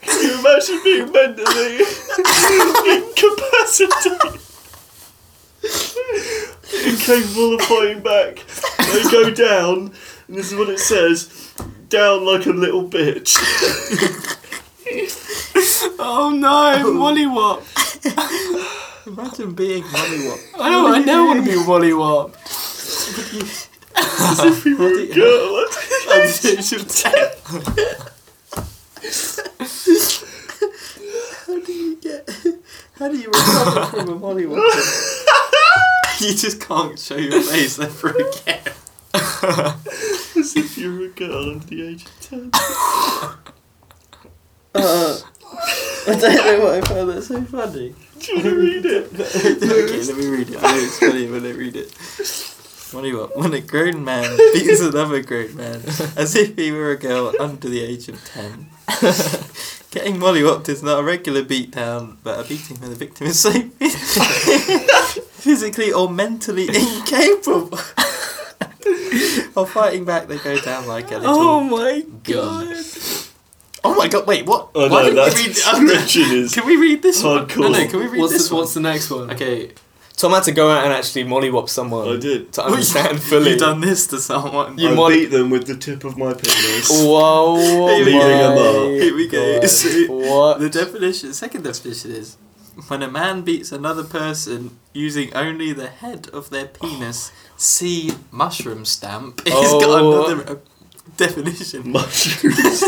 Speaker 2: Can you imagine being mentally incapacitated? Incapable of fighting back. They go down, and this is what it says down like a little bitch.
Speaker 1: Oh no, Molly [LAUGHS] Wop.
Speaker 3: Imagine being mollywopped.
Speaker 1: I don't, I never want to be Molly Wop.
Speaker 2: As if we were a girl.
Speaker 3: How do you recover from a mollywopping? you just can't show your [LAUGHS] face ever again.
Speaker 2: As if you were a girl under the age of
Speaker 3: [LAUGHS]
Speaker 2: 10.
Speaker 3: Uh, I don't know why I found that so funny.
Speaker 2: Do you want to read [LAUGHS] it?
Speaker 3: [LAUGHS] okay, let me read it. I know it's funny when I read it. Mollywop. When a grown man [LAUGHS] beats another grown man as if he were a girl under the age of 10. [LAUGHS] Getting mollywopped is not a regular beatdown, but a beating when the victim is so [LAUGHS] physically or mentally [LAUGHS] incapable [LAUGHS] of fighting back. They go down like a little.
Speaker 1: Oh my
Speaker 3: God.
Speaker 1: Oh my god, wait, what?
Speaker 2: Oh
Speaker 1: Why
Speaker 2: no,
Speaker 1: didn't we
Speaker 2: that
Speaker 1: read
Speaker 2: [LAUGHS]
Speaker 1: the other-
Speaker 2: description is
Speaker 1: Can we read this one?
Speaker 2: hardcore.
Speaker 3: No, no, can we read
Speaker 1: What's
Speaker 3: this
Speaker 1: the,
Speaker 3: one?
Speaker 1: what's the next one?
Speaker 3: Okay,
Speaker 1: Tom had to go out and actually mollywop someone.
Speaker 2: I did.
Speaker 1: To [LAUGHS]
Speaker 3: [LAUGHS]
Speaker 1: understand fully.
Speaker 3: you've done this to someone. Oh,
Speaker 1: You Oh.
Speaker 2: I
Speaker 1: molly-
Speaker 2: beat them with the tip of my penis. [LAUGHS]
Speaker 1: Whoa. [LAUGHS]
Speaker 2: Leading
Speaker 1: my
Speaker 2: them up.
Speaker 3: Here we go.
Speaker 1: God.
Speaker 3: So,
Speaker 1: What?
Speaker 3: The definition, second definition is when a man beats another person using only the head of their penis. See mushroom stamp. [LAUGHS] It's
Speaker 1: Oh.
Speaker 3: got another uh, definition.
Speaker 2: Mushrooms.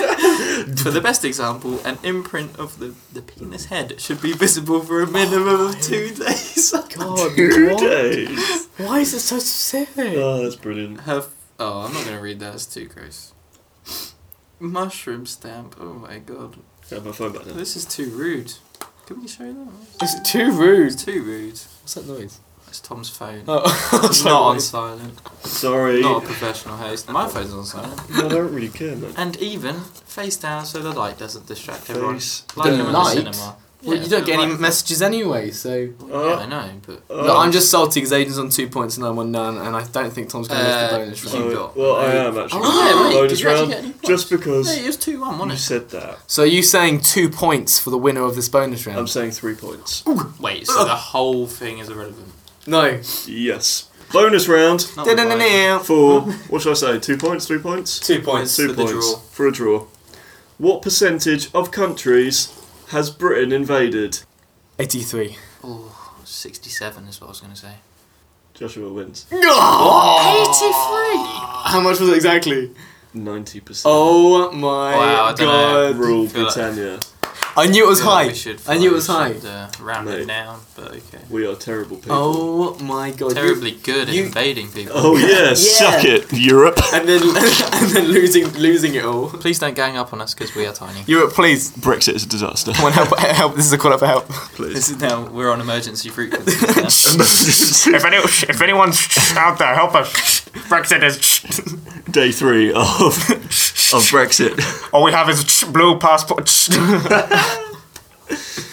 Speaker 3: For the best example, an imprint of the, the penis head should be visible for a minimum
Speaker 1: [LAUGHS]
Speaker 3: of two days.
Speaker 1: God,
Speaker 2: Two
Speaker 1: what?
Speaker 2: days.
Speaker 1: Why is it so specific?
Speaker 2: Oh, that's brilliant.
Speaker 3: Her. F- oh, I'm not gonna read that. It's too gross. Mushroom stamp. Oh my god,
Speaker 2: I have my phone back now.
Speaker 3: this is too rude. Can we show that?
Speaker 1: it's too rude.
Speaker 3: It's too rude.
Speaker 1: What's that noise?
Speaker 3: It's Tom's phone. [LAUGHS]
Speaker 1: Oh, [LAUGHS]
Speaker 3: It's not on silent.
Speaker 2: Sorry.
Speaker 3: Not a professional host. My phone's on silent.
Speaker 2: No, I don't really care, man.
Speaker 3: And even face down so the light doesn't distract everyone.
Speaker 2: Face.
Speaker 3: Like
Speaker 1: The
Speaker 3: in the
Speaker 1: light?
Speaker 3: cinema.
Speaker 1: Well,
Speaker 3: Yeah,
Speaker 1: you don't
Speaker 3: the
Speaker 1: get any
Speaker 3: light-
Speaker 1: messages anyway, so.
Speaker 3: Well, yeah, I know, but
Speaker 2: Uh,
Speaker 1: Look, I'm just salty because Aiden's on two points and I'm on none, and I don't think Tom's going to
Speaker 3: Uh,
Speaker 1: miss the bonus
Speaker 3: you
Speaker 1: round.
Speaker 2: Oh,
Speaker 3: got-
Speaker 2: well, I am actually.
Speaker 3: Oh, yeah, wait,
Speaker 2: Bonus
Speaker 3: did you actually
Speaker 2: round,
Speaker 3: get any points?
Speaker 2: just
Speaker 3: yeah,
Speaker 2: because
Speaker 3: it was two one,
Speaker 2: you
Speaker 3: wasn't it?
Speaker 2: said that,
Speaker 1: So are you saying two points for the winner of this bonus
Speaker 2: Um,
Speaker 1: round?
Speaker 2: I'm saying three points.
Speaker 3: Wait, so the whole thing is irrelevant.
Speaker 1: no.
Speaker 2: Yes. Bonus round
Speaker 3: Not with mine.
Speaker 2: for what should I say? Two points, three points,
Speaker 8: Two points.
Speaker 2: two
Speaker 3: for the
Speaker 2: points
Speaker 3: draw.
Speaker 2: for a draw. What percentage of countries has Britain invaded?
Speaker 1: 83.
Speaker 3: Ooh, 67 Oh, is what I was going to say.
Speaker 2: Joshua wins.
Speaker 1: 83? How much was it exactly?
Speaker 2: Ninety percent.
Speaker 1: Oh my
Speaker 3: Wow, I don't know.
Speaker 1: god.
Speaker 2: Rule
Speaker 3: feel like-
Speaker 2: Britannia.
Speaker 1: I knew it was
Speaker 3: I feel like
Speaker 1: high.
Speaker 3: we should-
Speaker 1: I knew it
Speaker 3: we
Speaker 1: was high.
Speaker 3: should, uh, round
Speaker 2: Mate.
Speaker 3: it down, but okay.
Speaker 2: We are terrible people.
Speaker 1: Oh my god.
Speaker 3: Terribly good at
Speaker 1: you-
Speaker 3: invading people.
Speaker 2: Oh yeah, suck it, Europe. [LAUGHS]
Speaker 1: And then [LAUGHS] and then losing losing it all.
Speaker 3: Please don't gang up on us because we are tiny.
Speaker 1: Europe, please.
Speaker 2: Brexit is a disaster. [LAUGHS]
Speaker 1: Come on, help, [LAUGHS] help. This is a call out for help.
Speaker 3: [LAUGHS] This
Speaker 2: Please.
Speaker 3: is now we're on emergency [LAUGHS] frequency. now.
Speaker 6: If, any, if anyone's out there, help us. Brexit is.
Speaker 2: Day three of [LAUGHS] of Brexit.
Speaker 6: All we have is blue passport. Still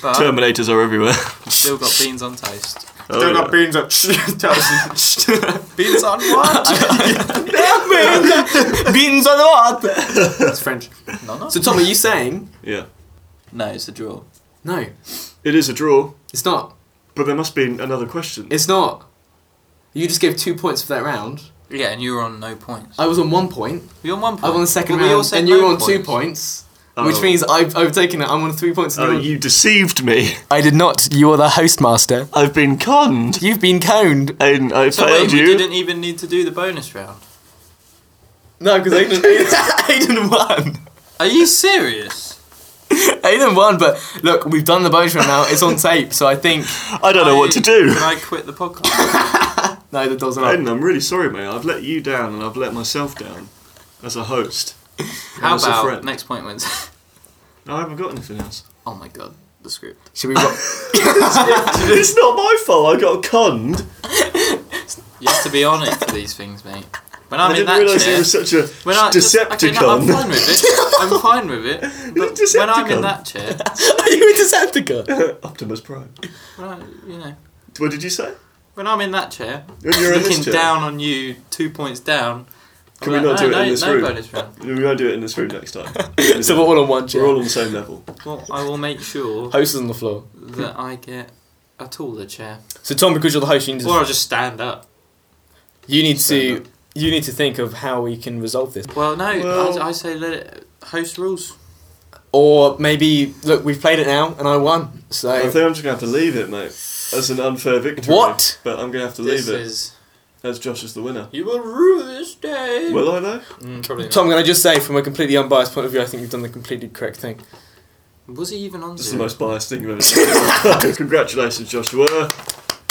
Speaker 3: But
Speaker 2: Terminators are everywhere.
Speaker 3: still got beans on toast.
Speaker 2: Oh, yeah.
Speaker 6: got beans at.
Speaker 1: [LAUGHS]
Speaker 3: Beans on [LAUGHS] what?
Speaker 1: [LAUGHS] Beans on what? That's French.
Speaker 3: no, no.
Speaker 1: So Tom, are you saying
Speaker 2: yeah.
Speaker 3: No, it's a draw.
Speaker 1: no?
Speaker 2: It is a draw,
Speaker 1: It's not.
Speaker 2: but there must be another question.
Speaker 1: It's not. You just gave two points for that round.
Speaker 3: Yeah, and you were on no points.
Speaker 1: I was on one point.
Speaker 3: You're on one point.
Speaker 1: I was on the second
Speaker 3: Well, we all
Speaker 1: round,
Speaker 3: said
Speaker 1: and you
Speaker 3: no
Speaker 1: were on two
Speaker 3: points.
Speaker 1: points.
Speaker 2: Oh.
Speaker 1: Which means I've overtaken it. I'm on three points.
Speaker 2: Oh, you deceived me.
Speaker 1: I did not. You are the hostmaster.
Speaker 2: I've been conned.
Speaker 1: You've been coned.
Speaker 2: And I
Speaker 3: So
Speaker 2: failed
Speaker 3: wait, we
Speaker 2: you.
Speaker 3: didn't even need to do the bonus round.
Speaker 1: No, because Aiden, [LAUGHS] Aiden, Aiden won.
Speaker 3: Are you serious?
Speaker 1: Aiden won, but look, we've done the bonus round now. It's on tape, so I think.
Speaker 2: I don't know what to do.
Speaker 3: Can I quit the podcast?
Speaker 1: No, the doors are up.
Speaker 2: Aiden, I'm really sorry, mate. I've let you down and I've let myself down as a host.
Speaker 3: How
Speaker 2: as a
Speaker 3: about
Speaker 2: friend.
Speaker 3: next point wins? [LAUGHS]
Speaker 2: No, I haven't got anything else.
Speaker 3: oh my god, the script.
Speaker 1: Should we rock?
Speaker 2: [LAUGHS] it's not my fault. I got conned.
Speaker 3: You have to be on it for these things, mate. When
Speaker 2: I
Speaker 3: I'm in
Speaker 2: didn't
Speaker 3: that
Speaker 2: realise
Speaker 3: chair,
Speaker 2: you were such a
Speaker 3: when I just- okay, no,
Speaker 2: Decepticon.
Speaker 3: I'm
Speaker 2: [LAUGHS]
Speaker 3: fine with it. I'm fine with it. But
Speaker 2: You're a
Speaker 3: when I'm in
Speaker 2: Decepticon.
Speaker 3: that chair,
Speaker 1: are [LAUGHS] you a Decepticon?
Speaker 2: [LAUGHS] Optimus Prime.
Speaker 3: when I, you know,
Speaker 2: What did you
Speaker 3: [LAUGHS]
Speaker 2: say?
Speaker 3: when I'm in that chair,
Speaker 2: When you're in
Speaker 3: looking
Speaker 2: this chair.
Speaker 3: down on you, two points down.
Speaker 2: Can
Speaker 3: I'm
Speaker 2: we
Speaker 3: like,
Speaker 2: not
Speaker 3: no,
Speaker 2: do it
Speaker 3: no,
Speaker 2: in this
Speaker 3: no
Speaker 2: room?
Speaker 3: bonus round.
Speaker 2: We're going to do it in this room next
Speaker 3: [LAUGHS]
Speaker 2: time.
Speaker 1: so we're all on one chair.
Speaker 2: We're all on the same level.
Speaker 3: Well, I will
Speaker 2: [LAUGHS]
Speaker 3: make sure
Speaker 1: Host is on the floor.
Speaker 3: that I get a taller chair,
Speaker 1: So Tom, because you're the host, you need to,
Speaker 3: or I'll just stand up.
Speaker 1: you need to you need to think of how we can resolve this.
Speaker 3: Well, no,
Speaker 2: Well-
Speaker 3: I, I say let it host rules.
Speaker 1: Or maybe look, we've played it now, and I won.
Speaker 2: I think
Speaker 1: So
Speaker 2: I'm just going to have to leave it, mate. As an unfair victory.
Speaker 1: What?
Speaker 2: But I'm going to have to
Speaker 3: This
Speaker 2: leave it.
Speaker 3: is
Speaker 2: As Josh is the winner.
Speaker 3: you will rue this day.
Speaker 2: Will I though?
Speaker 3: Mm, probably not.
Speaker 1: Tom, can I just say, from a completely unbiased point of view, I think you've done the completely correct thing.
Speaker 3: was he even on
Speaker 2: This is the
Speaker 3: Zoom?
Speaker 2: most biased thing you've ever
Speaker 1: [LAUGHS]
Speaker 2: seen. [LAUGHS] Congratulations, Joshua.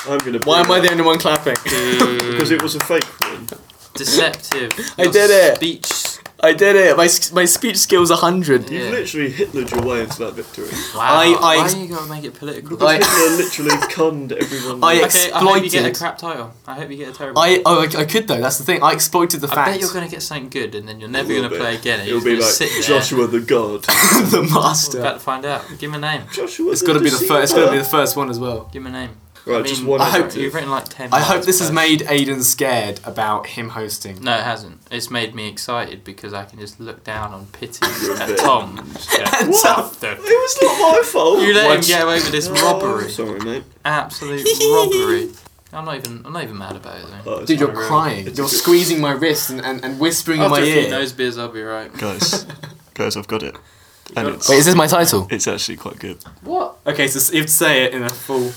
Speaker 2: I'm going to.
Speaker 1: Why am I the only one clapping?
Speaker 3: [LAUGHS]
Speaker 2: [LAUGHS] Because it was a fake win. [LAUGHS]
Speaker 3: Deceptive.
Speaker 1: I
Speaker 3: Your
Speaker 1: did it.
Speaker 3: Speech.
Speaker 1: I did it. My s- my speech skills hundred.
Speaker 2: You've
Speaker 3: Yeah.
Speaker 2: literally Hitlered your way into that
Speaker 3: [LAUGHS]
Speaker 2: victory.
Speaker 3: Wow.
Speaker 1: I- I
Speaker 3: Why
Speaker 1: ex-
Speaker 3: you gotta make it political?
Speaker 1: I-
Speaker 2: Because Hitler literally conned everyone.
Speaker 1: I-
Speaker 3: okay, I hope you get a
Speaker 1: exploited.
Speaker 3: crap title. I hope you get a terrible.
Speaker 1: I oh I, I could though. That's the thing. I exploited the
Speaker 3: I
Speaker 1: fact [LAUGHS]
Speaker 3: bet you're gonna get something good, and then you're never
Speaker 2: It
Speaker 3: gonna
Speaker 2: will be.
Speaker 3: play again. and
Speaker 2: It'll
Speaker 3: you're
Speaker 2: be
Speaker 3: gonna
Speaker 2: like
Speaker 3: sit there.
Speaker 2: Joshua the
Speaker 3: [LAUGHS]
Speaker 2: God.
Speaker 1: the
Speaker 3: We're about
Speaker 1: master.
Speaker 3: to find out. Give him a name.
Speaker 2: Joshua.
Speaker 1: It's got to be the first. It's got to be the
Speaker 3: [LAUGHS]
Speaker 1: first one as well.
Speaker 3: Give him a name.
Speaker 2: Right,
Speaker 3: I
Speaker 2: just
Speaker 3: mean,
Speaker 2: one.
Speaker 1: I hope
Speaker 2: adjective.
Speaker 3: You've written like ten.
Speaker 1: I hope
Speaker 3: lines,
Speaker 1: this has
Speaker 3: but-
Speaker 1: made Aiden scared about him hosting.
Speaker 3: No, it hasn't. It's made me excited because I can just look down on pity
Speaker 2: You're a
Speaker 3: at
Speaker 2: bit-
Speaker 3: Tom.
Speaker 1: [LAUGHS]
Speaker 3: Yeah.
Speaker 2: What? It was not my fault.
Speaker 3: You let him
Speaker 1: Watch-
Speaker 3: get away with this
Speaker 2: Oh, [LAUGHS]
Speaker 3: robbery.
Speaker 2: Sorry, mate.
Speaker 3: Absolute robbery. I'm not even. I'm not even mad about it though.
Speaker 2: Oh, it's
Speaker 1: Dude, you're
Speaker 2: fine.
Speaker 1: crying.
Speaker 2: It's
Speaker 1: you're
Speaker 2: good.
Speaker 1: squeezing my wrist and, and, and whispering
Speaker 3: After
Speaker 1: in
Speaker 3: a
Speaker 1: my
Speaker 3: few
Speaker 1: ear.
Speaker 3: nose beers, I'll be right. [LAUGHS]
Speaker 2: Guys, guys, I've got it, and it's
Speaker 1: Wait, is this my title?
Speaker 2: it's actually quite good.
Speaker 1: What? Okay, so you have to say it in a full.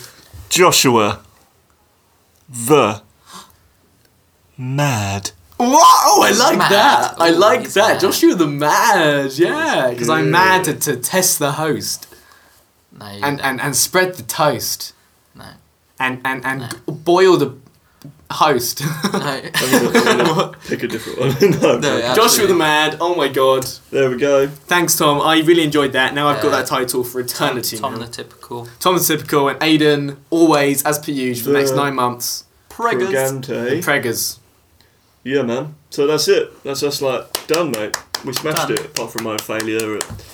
Speaker 2: Joshua, the mad.
Speaker 1: Whoa! Oh, I like
Speaker 3: mad.
Speaker 1: that. I
Speaker 3: Ooh,
Speaker 1: like
Speaker 3: he's
Speaker 1: that.
Speaker 3: mad.
Speaker 1: Joshua the mad. Yeah, because I'm mad to, to test the host
Speaker 3: No, you
Speaker 1: and,
Speaker 3: don't.
Speaker 1: and, and spread the toast
Speaker 3: no,
Speaker 1: and and and boil the host. [LAUGHS]
Speaker 3: no.
Speaker 2: I'm gonna- I'm gonna Pick a different one. [LAUGHS] no,
Speaker 3: No,
Speaker 2: no.
Speaker 3: yeah.
Speaker 1: Joshua the
Speaker 3: Absolutely.
Speaker 1: mad. Oh my god.
Speaker 2: There we go.
Speaker 1: Thanks, Tom. I really enjoyed that. Now I've got
Speaker 3: Yeah.
Speaker 1: that title for
Speaker 3: [LAUGHS]
Speaker 1: eternity.
Speaker 3: Tom
Speaker 1: now.
Speaker 3: the typical.
Speaker 1: Tom the typical and Aiden always as per usual for the next
Speaker 2: The-
Speaker 1: nine months.
Speaker 2: Brigante.
Speaker 1: Preggers.
Speaker 2: Yeah, man. So that's it. That's us, like, done, mate. We smashed
Speaker 3: Done.
Speaker 2: it, apart from my failure at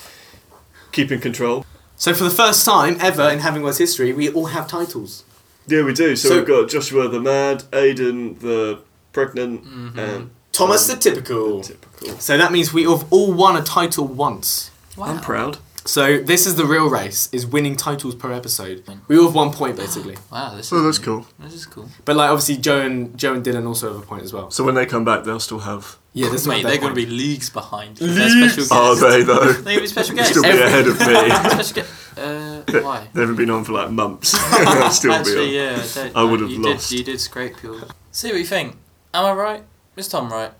Speaker 2: keeping control.
Speaker 1: So for the first time ever in Having Words history, we all have titles.
Speaker 2: Yeah, we do. So,
Speaker 1: So-
Speaker 2: we've got Joshua the Mad, Aiden the Pregnant,
Speaker 3: Mm-hmm.
Speaker 2: and
Speaker 1: Thomas
Speaker 2: Tom
Speaker 1: the Typical.
Speaker 2: Typical.
Speaker 1: So that means we have all won a title once.
Speaker 3: Wow.
Speaker 2: I'm proud.
Speaker 1: So this is the real race: is winning titles per episode. We all have one point basically,
Speaker 3: Wow, this
Speaker 2: Oh,
Speaker 3: is
Speaker 2: that's cool.
Speaker 3: This is cool.
Speaker 1: but like obviously Joe and Joe and Dylan also have a point as well.
Speaker 2: So when they come back, they'll still have.
Speaker 1: Yeah, this is
Speaker 3: Mate,
Speaker 1: not
Speaker 3: they're
Speaker 1: their
Speaker 3: going to
Speaker 1: point.
Speaker 3: be leagues behind. 'cause They're special guests.
Speaker 2: Are they
Speaker 3: [LAUGHS]
Speaker 2: though?
Speaker 3: They're going to be special
Speaker 2: They'll
Speaker 3: guests.
Speaker 2: still Oh, be
Speaker 1: Every-
Speaker 2: ahead of
Speaker 3: [LAUGHS]
Speaker 2: me.
Speaker 3: special guest.
Speaker 2: [LAUGHS]
Speaker 3: Uh, why?
Speaker 2: They haven't been on for
Speaker 1: [LAUGHS]
Speaker 2: like months. [LAUGHS] They'll still
Speaker 3: Actually,
Speaker 2: be on.
Speaker 3: yeah. Don't,
Speaker 2: I
Speaker 3: no,
Speaker 2: would have
Speaker 3: you
Speaker 2: lost.
Speaker 3: Did, you did scrape yours. See what you think. Am I right? Is Tom right?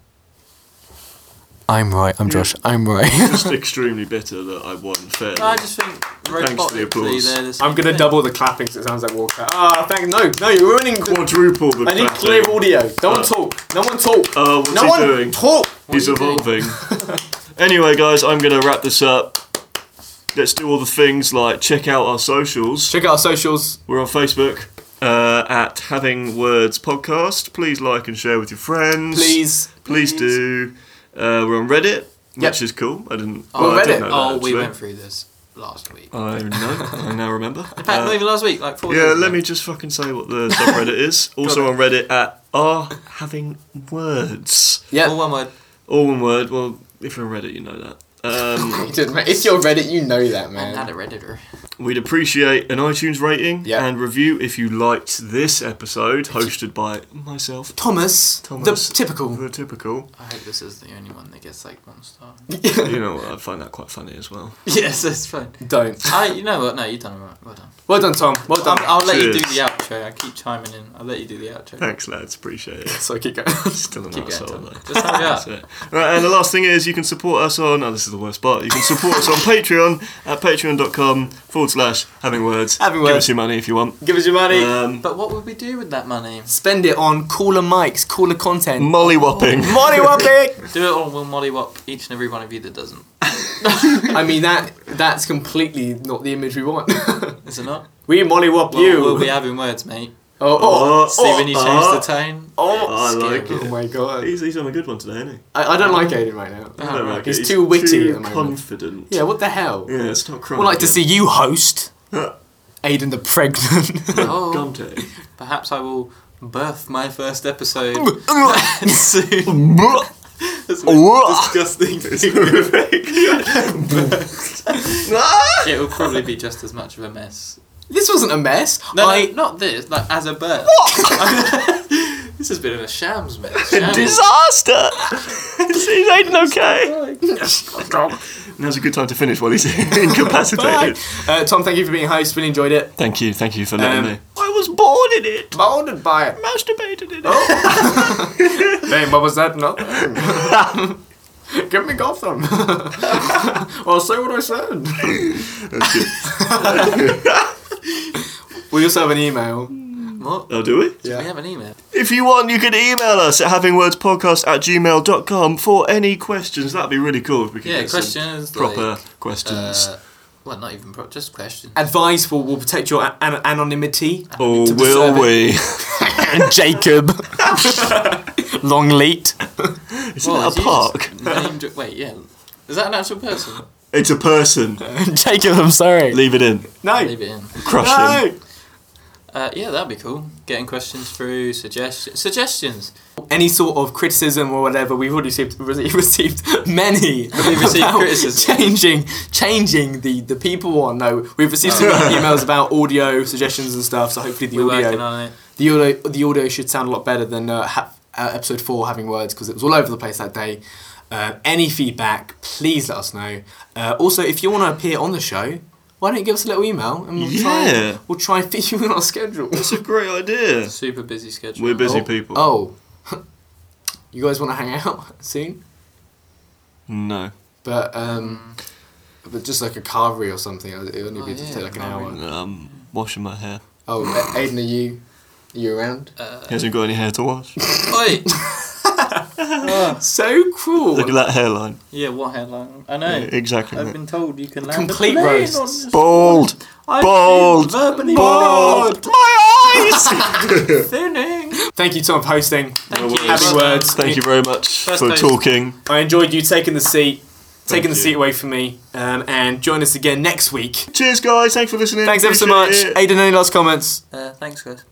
Speaker 1: I'm right. I'm Josh. I'm right. [LAUGHS]
Speaker 2: Just extremely bitter that I won fairly.
Speaker 3: No, I just think robotically
Speaker 2: applause.
Speaker 3: they're the same
Speaker 1: I'm gonna
Speaker 3: thing.
Speaker 1: double the clapping so it sounds like Walker. Ah, thank no, no, you're ruining. the-
Speaker 2: Quadruple the
Speaker 1: I need
Speaker 2: clapping.
Speaker 1: clear audio. No one
Speaker 2: Uh,
Speaker 1: talk. No one talk.
Speaker 2: Uh, what's
Speaker 1: no
Speaker 2: he
Speaker 1: one
Speaker 2: doing?
Speaker 1: talk.
Speaker 2: He's
Speaker 3: are you doing?
Speaker 1: [LAUGHS]
Speaker 2: evolving. anyway, guys, I'm gonna wrap this up. Let's do all the things like check out our socials.
Speaker 1: Check out our socials.
Speaker 2: We're on Facebook uh, at Having Words Podcast. Please like and share with your friends.
Speaker 1: Please,
Speaker 2: Please, do. Uh, we're on Reddit,
Speaker 1: Yep.
Speaker 2: which is cool. I didn't.
Speaker 1: We're
Speaker 2: I
Speaker 1: Reddit.
Speaker 2: didn't know that,
Speaker 3: Oh, we
Speaker 2: actually.
Speaker 3: went through this last week.
Speaker 2: I know. I
Speaker 1: [LAUGHS]
Speaker 2: now remember.
Speaker 3: In fact,
Speaker 2: Uh,
Speaker 3: not even last week, like four
Speaker 2: yeah,
Speaker 3: days
Speaker 2: let
Speaker 3: ago.
Speaker 2: me just fucking say what the subreddit is. Also on Reddit at are having words.
Speaker 1: Yeah,
Speaker 3: All one word.
Speaker 2: All one word. Well, if you're on Reddit, you know that. Um,
Speaker 1: [LAUGHS] You did, mate. If you're Reddit, you know that,
Speaker 3: I'm not
Speaker 1: man.
Speaker 3: a redditor.
Speaker 2: we'd appreciate an iTunes rating
Speaker 1: Yeah.
Speaker 2: and review if you liked this episode, hosted by myself,
Speaker 1: Thomas,
Speaker 2: Thomas.
Speaker 1: the typical.
Speaker 2: the typical.
Speaker 3: I hope this is the only one that gets like one star. [LAUGHS]
Speaker 2: you know, what, I find that quite funny as well.
Speaker 3: yes, that's fine.
Speaker 1: Don't.
Speaker 3: I, you know what? No, you've done it right. Well done.
Speaker 1: Well done, Tom. Well
Speaker 3: I'll,
Speaker 1: done.
Speaker 3: I'll let you do
Speaker 2: Cheers.
Speaker 3: the outro. I keep chiming in. I'll let you do the outro.
Speaker 2: Thanks, lads. Appreciate it.
Speaker 1: So keep going. [LAUGHS]
Speaker 2: Still an
Speaker 3: Keep going,
Speaker 2: asshole,
Speaker 3: Tom.
Speaker 2: though.
Speaker 3: Just hurry
Speaker 2: [LAUGHS]
Speaker 3: up.
Speaker 2: That's it. Right, and the last thing is you can support us on. Oh, this is the worst part. You can support us on Patreon at patreon.com forward slash having words.
Speaker 1: Having
Speaker 2: Give
Speaker 1: words.
Speaker 2: us your money if you want.
Speaker 1: Give us your money.
Speaker 2: Um,
Speaker 3: But what would we do with that money?
Speaker 1: Spend it on cooler mics, cooler content.
Speaker 2: mollywhopping.
Speaker 1: Money [LAUGHS] whopping.
Speaker 3: Do it all. We'll mollywop each and every one of you that doesn't.
Speaker 1: I mean that that's completely not the image we want. [LAUGHS]
Speaker 3: Is it not?
Speaker 1: we molly whop
Speaker 3: Well,
Speaker 1: you.
Speaker 3: We'll be having words, mate.
Speaker 1: oh, oh,
Speaker 2: Oh,
Speaker 3: See when you change the tone.
Speaker 2: I like
Speaker 1: oh
Speaker 2: it.
Speaker 1: my god.
Speaker 2: He's, he's on a good one today, isn't he?
Speaker 1: I, I don't like Aiden right now.
Speaker 2: I don't like
Speaker 1: He's
Speaker 2: it.
Speaker 1: too witty
Speaker 2: Uh-huh.
Speaker 1: at
Speaker 2: too
Speaker 1: the moment.
Speaker 2: confident.
Speaker 1: Yeah, what the hell?
Speaker 2: Yeah, stop crying.
Speaker 1: We'd like to see you host
Speaker 2: Uh.
Speaker 1: Aiden the
Speaker 2: [LAUGHS]
Speaker 1: pregnant.
Speaker 3: Oh,
Speaker 2: Gumte.
Speaker 3: perhaps I will birth my first episode [LAUGHS] soon. That's my disgusting [LAUGHS] It will probably be just as much of a mess.
Speaker 1: [LAUGHS] this wasn't a mess.
Speaker 3: No,
Speaker 1: I
Speaker 3: no, not this. Like as a birth. [LAUGHS] this has been a shams mess.
Speaker 2: [LAUGHS]
Speaker 3: Shams.
Speaker 2: Disaster! He's Aiden okay? [LAUGHS]
Speaker 1: [LAUGHS]
Speaker 2: And Now's a good time to finish while he's [LAUGHS] incapacitated.
Speaker 1: Uh, Tom, thank you for being host. Really enjoyed it.
Speaker 2: Thank you, thank you for letting
Speaker 1: Um,
Speaker 2: me. I was born in it!
Speaker 1: Bounded by it.
Speaker 2: Masturbated in it!
Speaker 1: Hey, what was that? [LAUGHS] No. Give me Gotham. [LAUGHS] well, say what I said.
Speaker 2: That's good.
Speaker 1: [LAUGHS] We also have an email.
Speaker 3: What?
Speaker 2: Oh, do we?
Speaker 3: We have an email.
Speaker 2: If you want, you can email us at havingwordspodcast at gmail.com for any questions. That'd be really cool if we could
Speaker 3: Yeah,
Speaker 2: get some
Speaker 3: questions,
Speaker 2: proper questions.
Speaker 3: Uh, well, not even pro- just questions.
Speaker 1: Advice for will protect your a- an- anonymity.
Speaker 2: or
Speaker 1: to
Speaker 2: will
Speaker 1: deserve
Speaker 2: we?
Speaker 1: And [LAUGHS] Jacob. Longleat.
Speaker 2: It's
Speaker 3: Well,
Speaker 2: not a park.
Speaker 3: [LAUGHS] Named, wait, yeah. Is that an actual person?
Speaker 2: It's a person.
Speaker 1: Jacob, I'm sorry.
Speaker 2: Leave it in.
Speaker 1: No.
Speaker 3: Leave it in.
Speaker 2: Crush him.
Speaker 1: No.
Speaker 3: Uh, yeah, that'd be cool. Getting questions through, suggestions. Suggestions.
Speaker 1: any sort of criticism or whatever. We've already received, [LAUGHS] re- received many.
Speaker 3: [LAUGHS] We've received
Speaker 1: about
Speaker 3: criticism.
Speaker 1: Changing, changing the, the people on. No, we've received
Speaker 3: [LAUGHS]
Speaker 1: some emails about audio suggestions and stuff. So hopefully the
Speaker 3: We're working
Speaker 1: audio,
Speaker 3: on it.
Speaker 1: the audio, the audio should sound a lot better than uh, ha- uh, episode four having words because it was all over the place that day. Um, any feedback, please let us know. Uh, also, if you want to appear on the show, why don't you give us a little email and we'll
Speaker 2: Yeah.
Speaker 1: try we'll try and fit [LAUGHS] you in our schedule.
Speaker 2: That's a great idea.
Speaker 3: Super busy schedule.
Speaker 2: We're busy
Speaker 1: Oh.
Speaker 2: people.
Speaker 1: Oh, [LAUGHS] you guys want to hang out [LAUGHS] soon?
Speaker 2: No.
Speaker 1: But um, but just like a car reel or something, uh, it would only
Speaker 3: Oh,
Speaker 1: be to
Speaker 3: yeah,
Speaker 1: take like an
Speaker 3: car
Speaker 1: hour.
Speaker 2: Um, washing my hair.
Speaker 1: Oh, A- Aiden, are you are you around?
Speaker 2: He hasn't got any hair to wash. [LAUGHS]
Speaker 3: Oi! Ah,
Speaker 1: So cruel.
Speaker 2: Look at that hairline.
Speaker 3: yeah, what headline? I know.
Speaker 2: Exactly.
Speaker 3: I've been told you can land
Speaker 1: Complete
Speaker 3: a plane
Speaker 1: roasts.
Speaker 3: on this.
Speaker 2: Bald.
Speaker 3: I've
Speaker 2: Bald.
Speaker 3: been verbally
Speaker 2: Bald. My eyes.
Speaker 3: Thinning.
Speaker 1: Thank you, Tom, for hosting.
Speaker 3: Thank you.
Speaker 1: Happy
Speaker 3: Well
Speaker 1: words.
Speaker 2: Thank you very much
Speaker 3: First
Speaker 2: for
Speaker 3: dose.
Speaker 2: talking.
Speaker 1: I enjoyed you taking the seat, taking the
Speaker 2: you.
Speaker 1: seat away from me, um, and join us again next week.
Speaker 2: Cheers, guys. Thanks for listening.
Speaker 1: Thanks ever so much.
Speaker 2: Appreciate it.
Speaker 1: Aiden, any last comments?
Speaker 3: Uh, thanks, guys.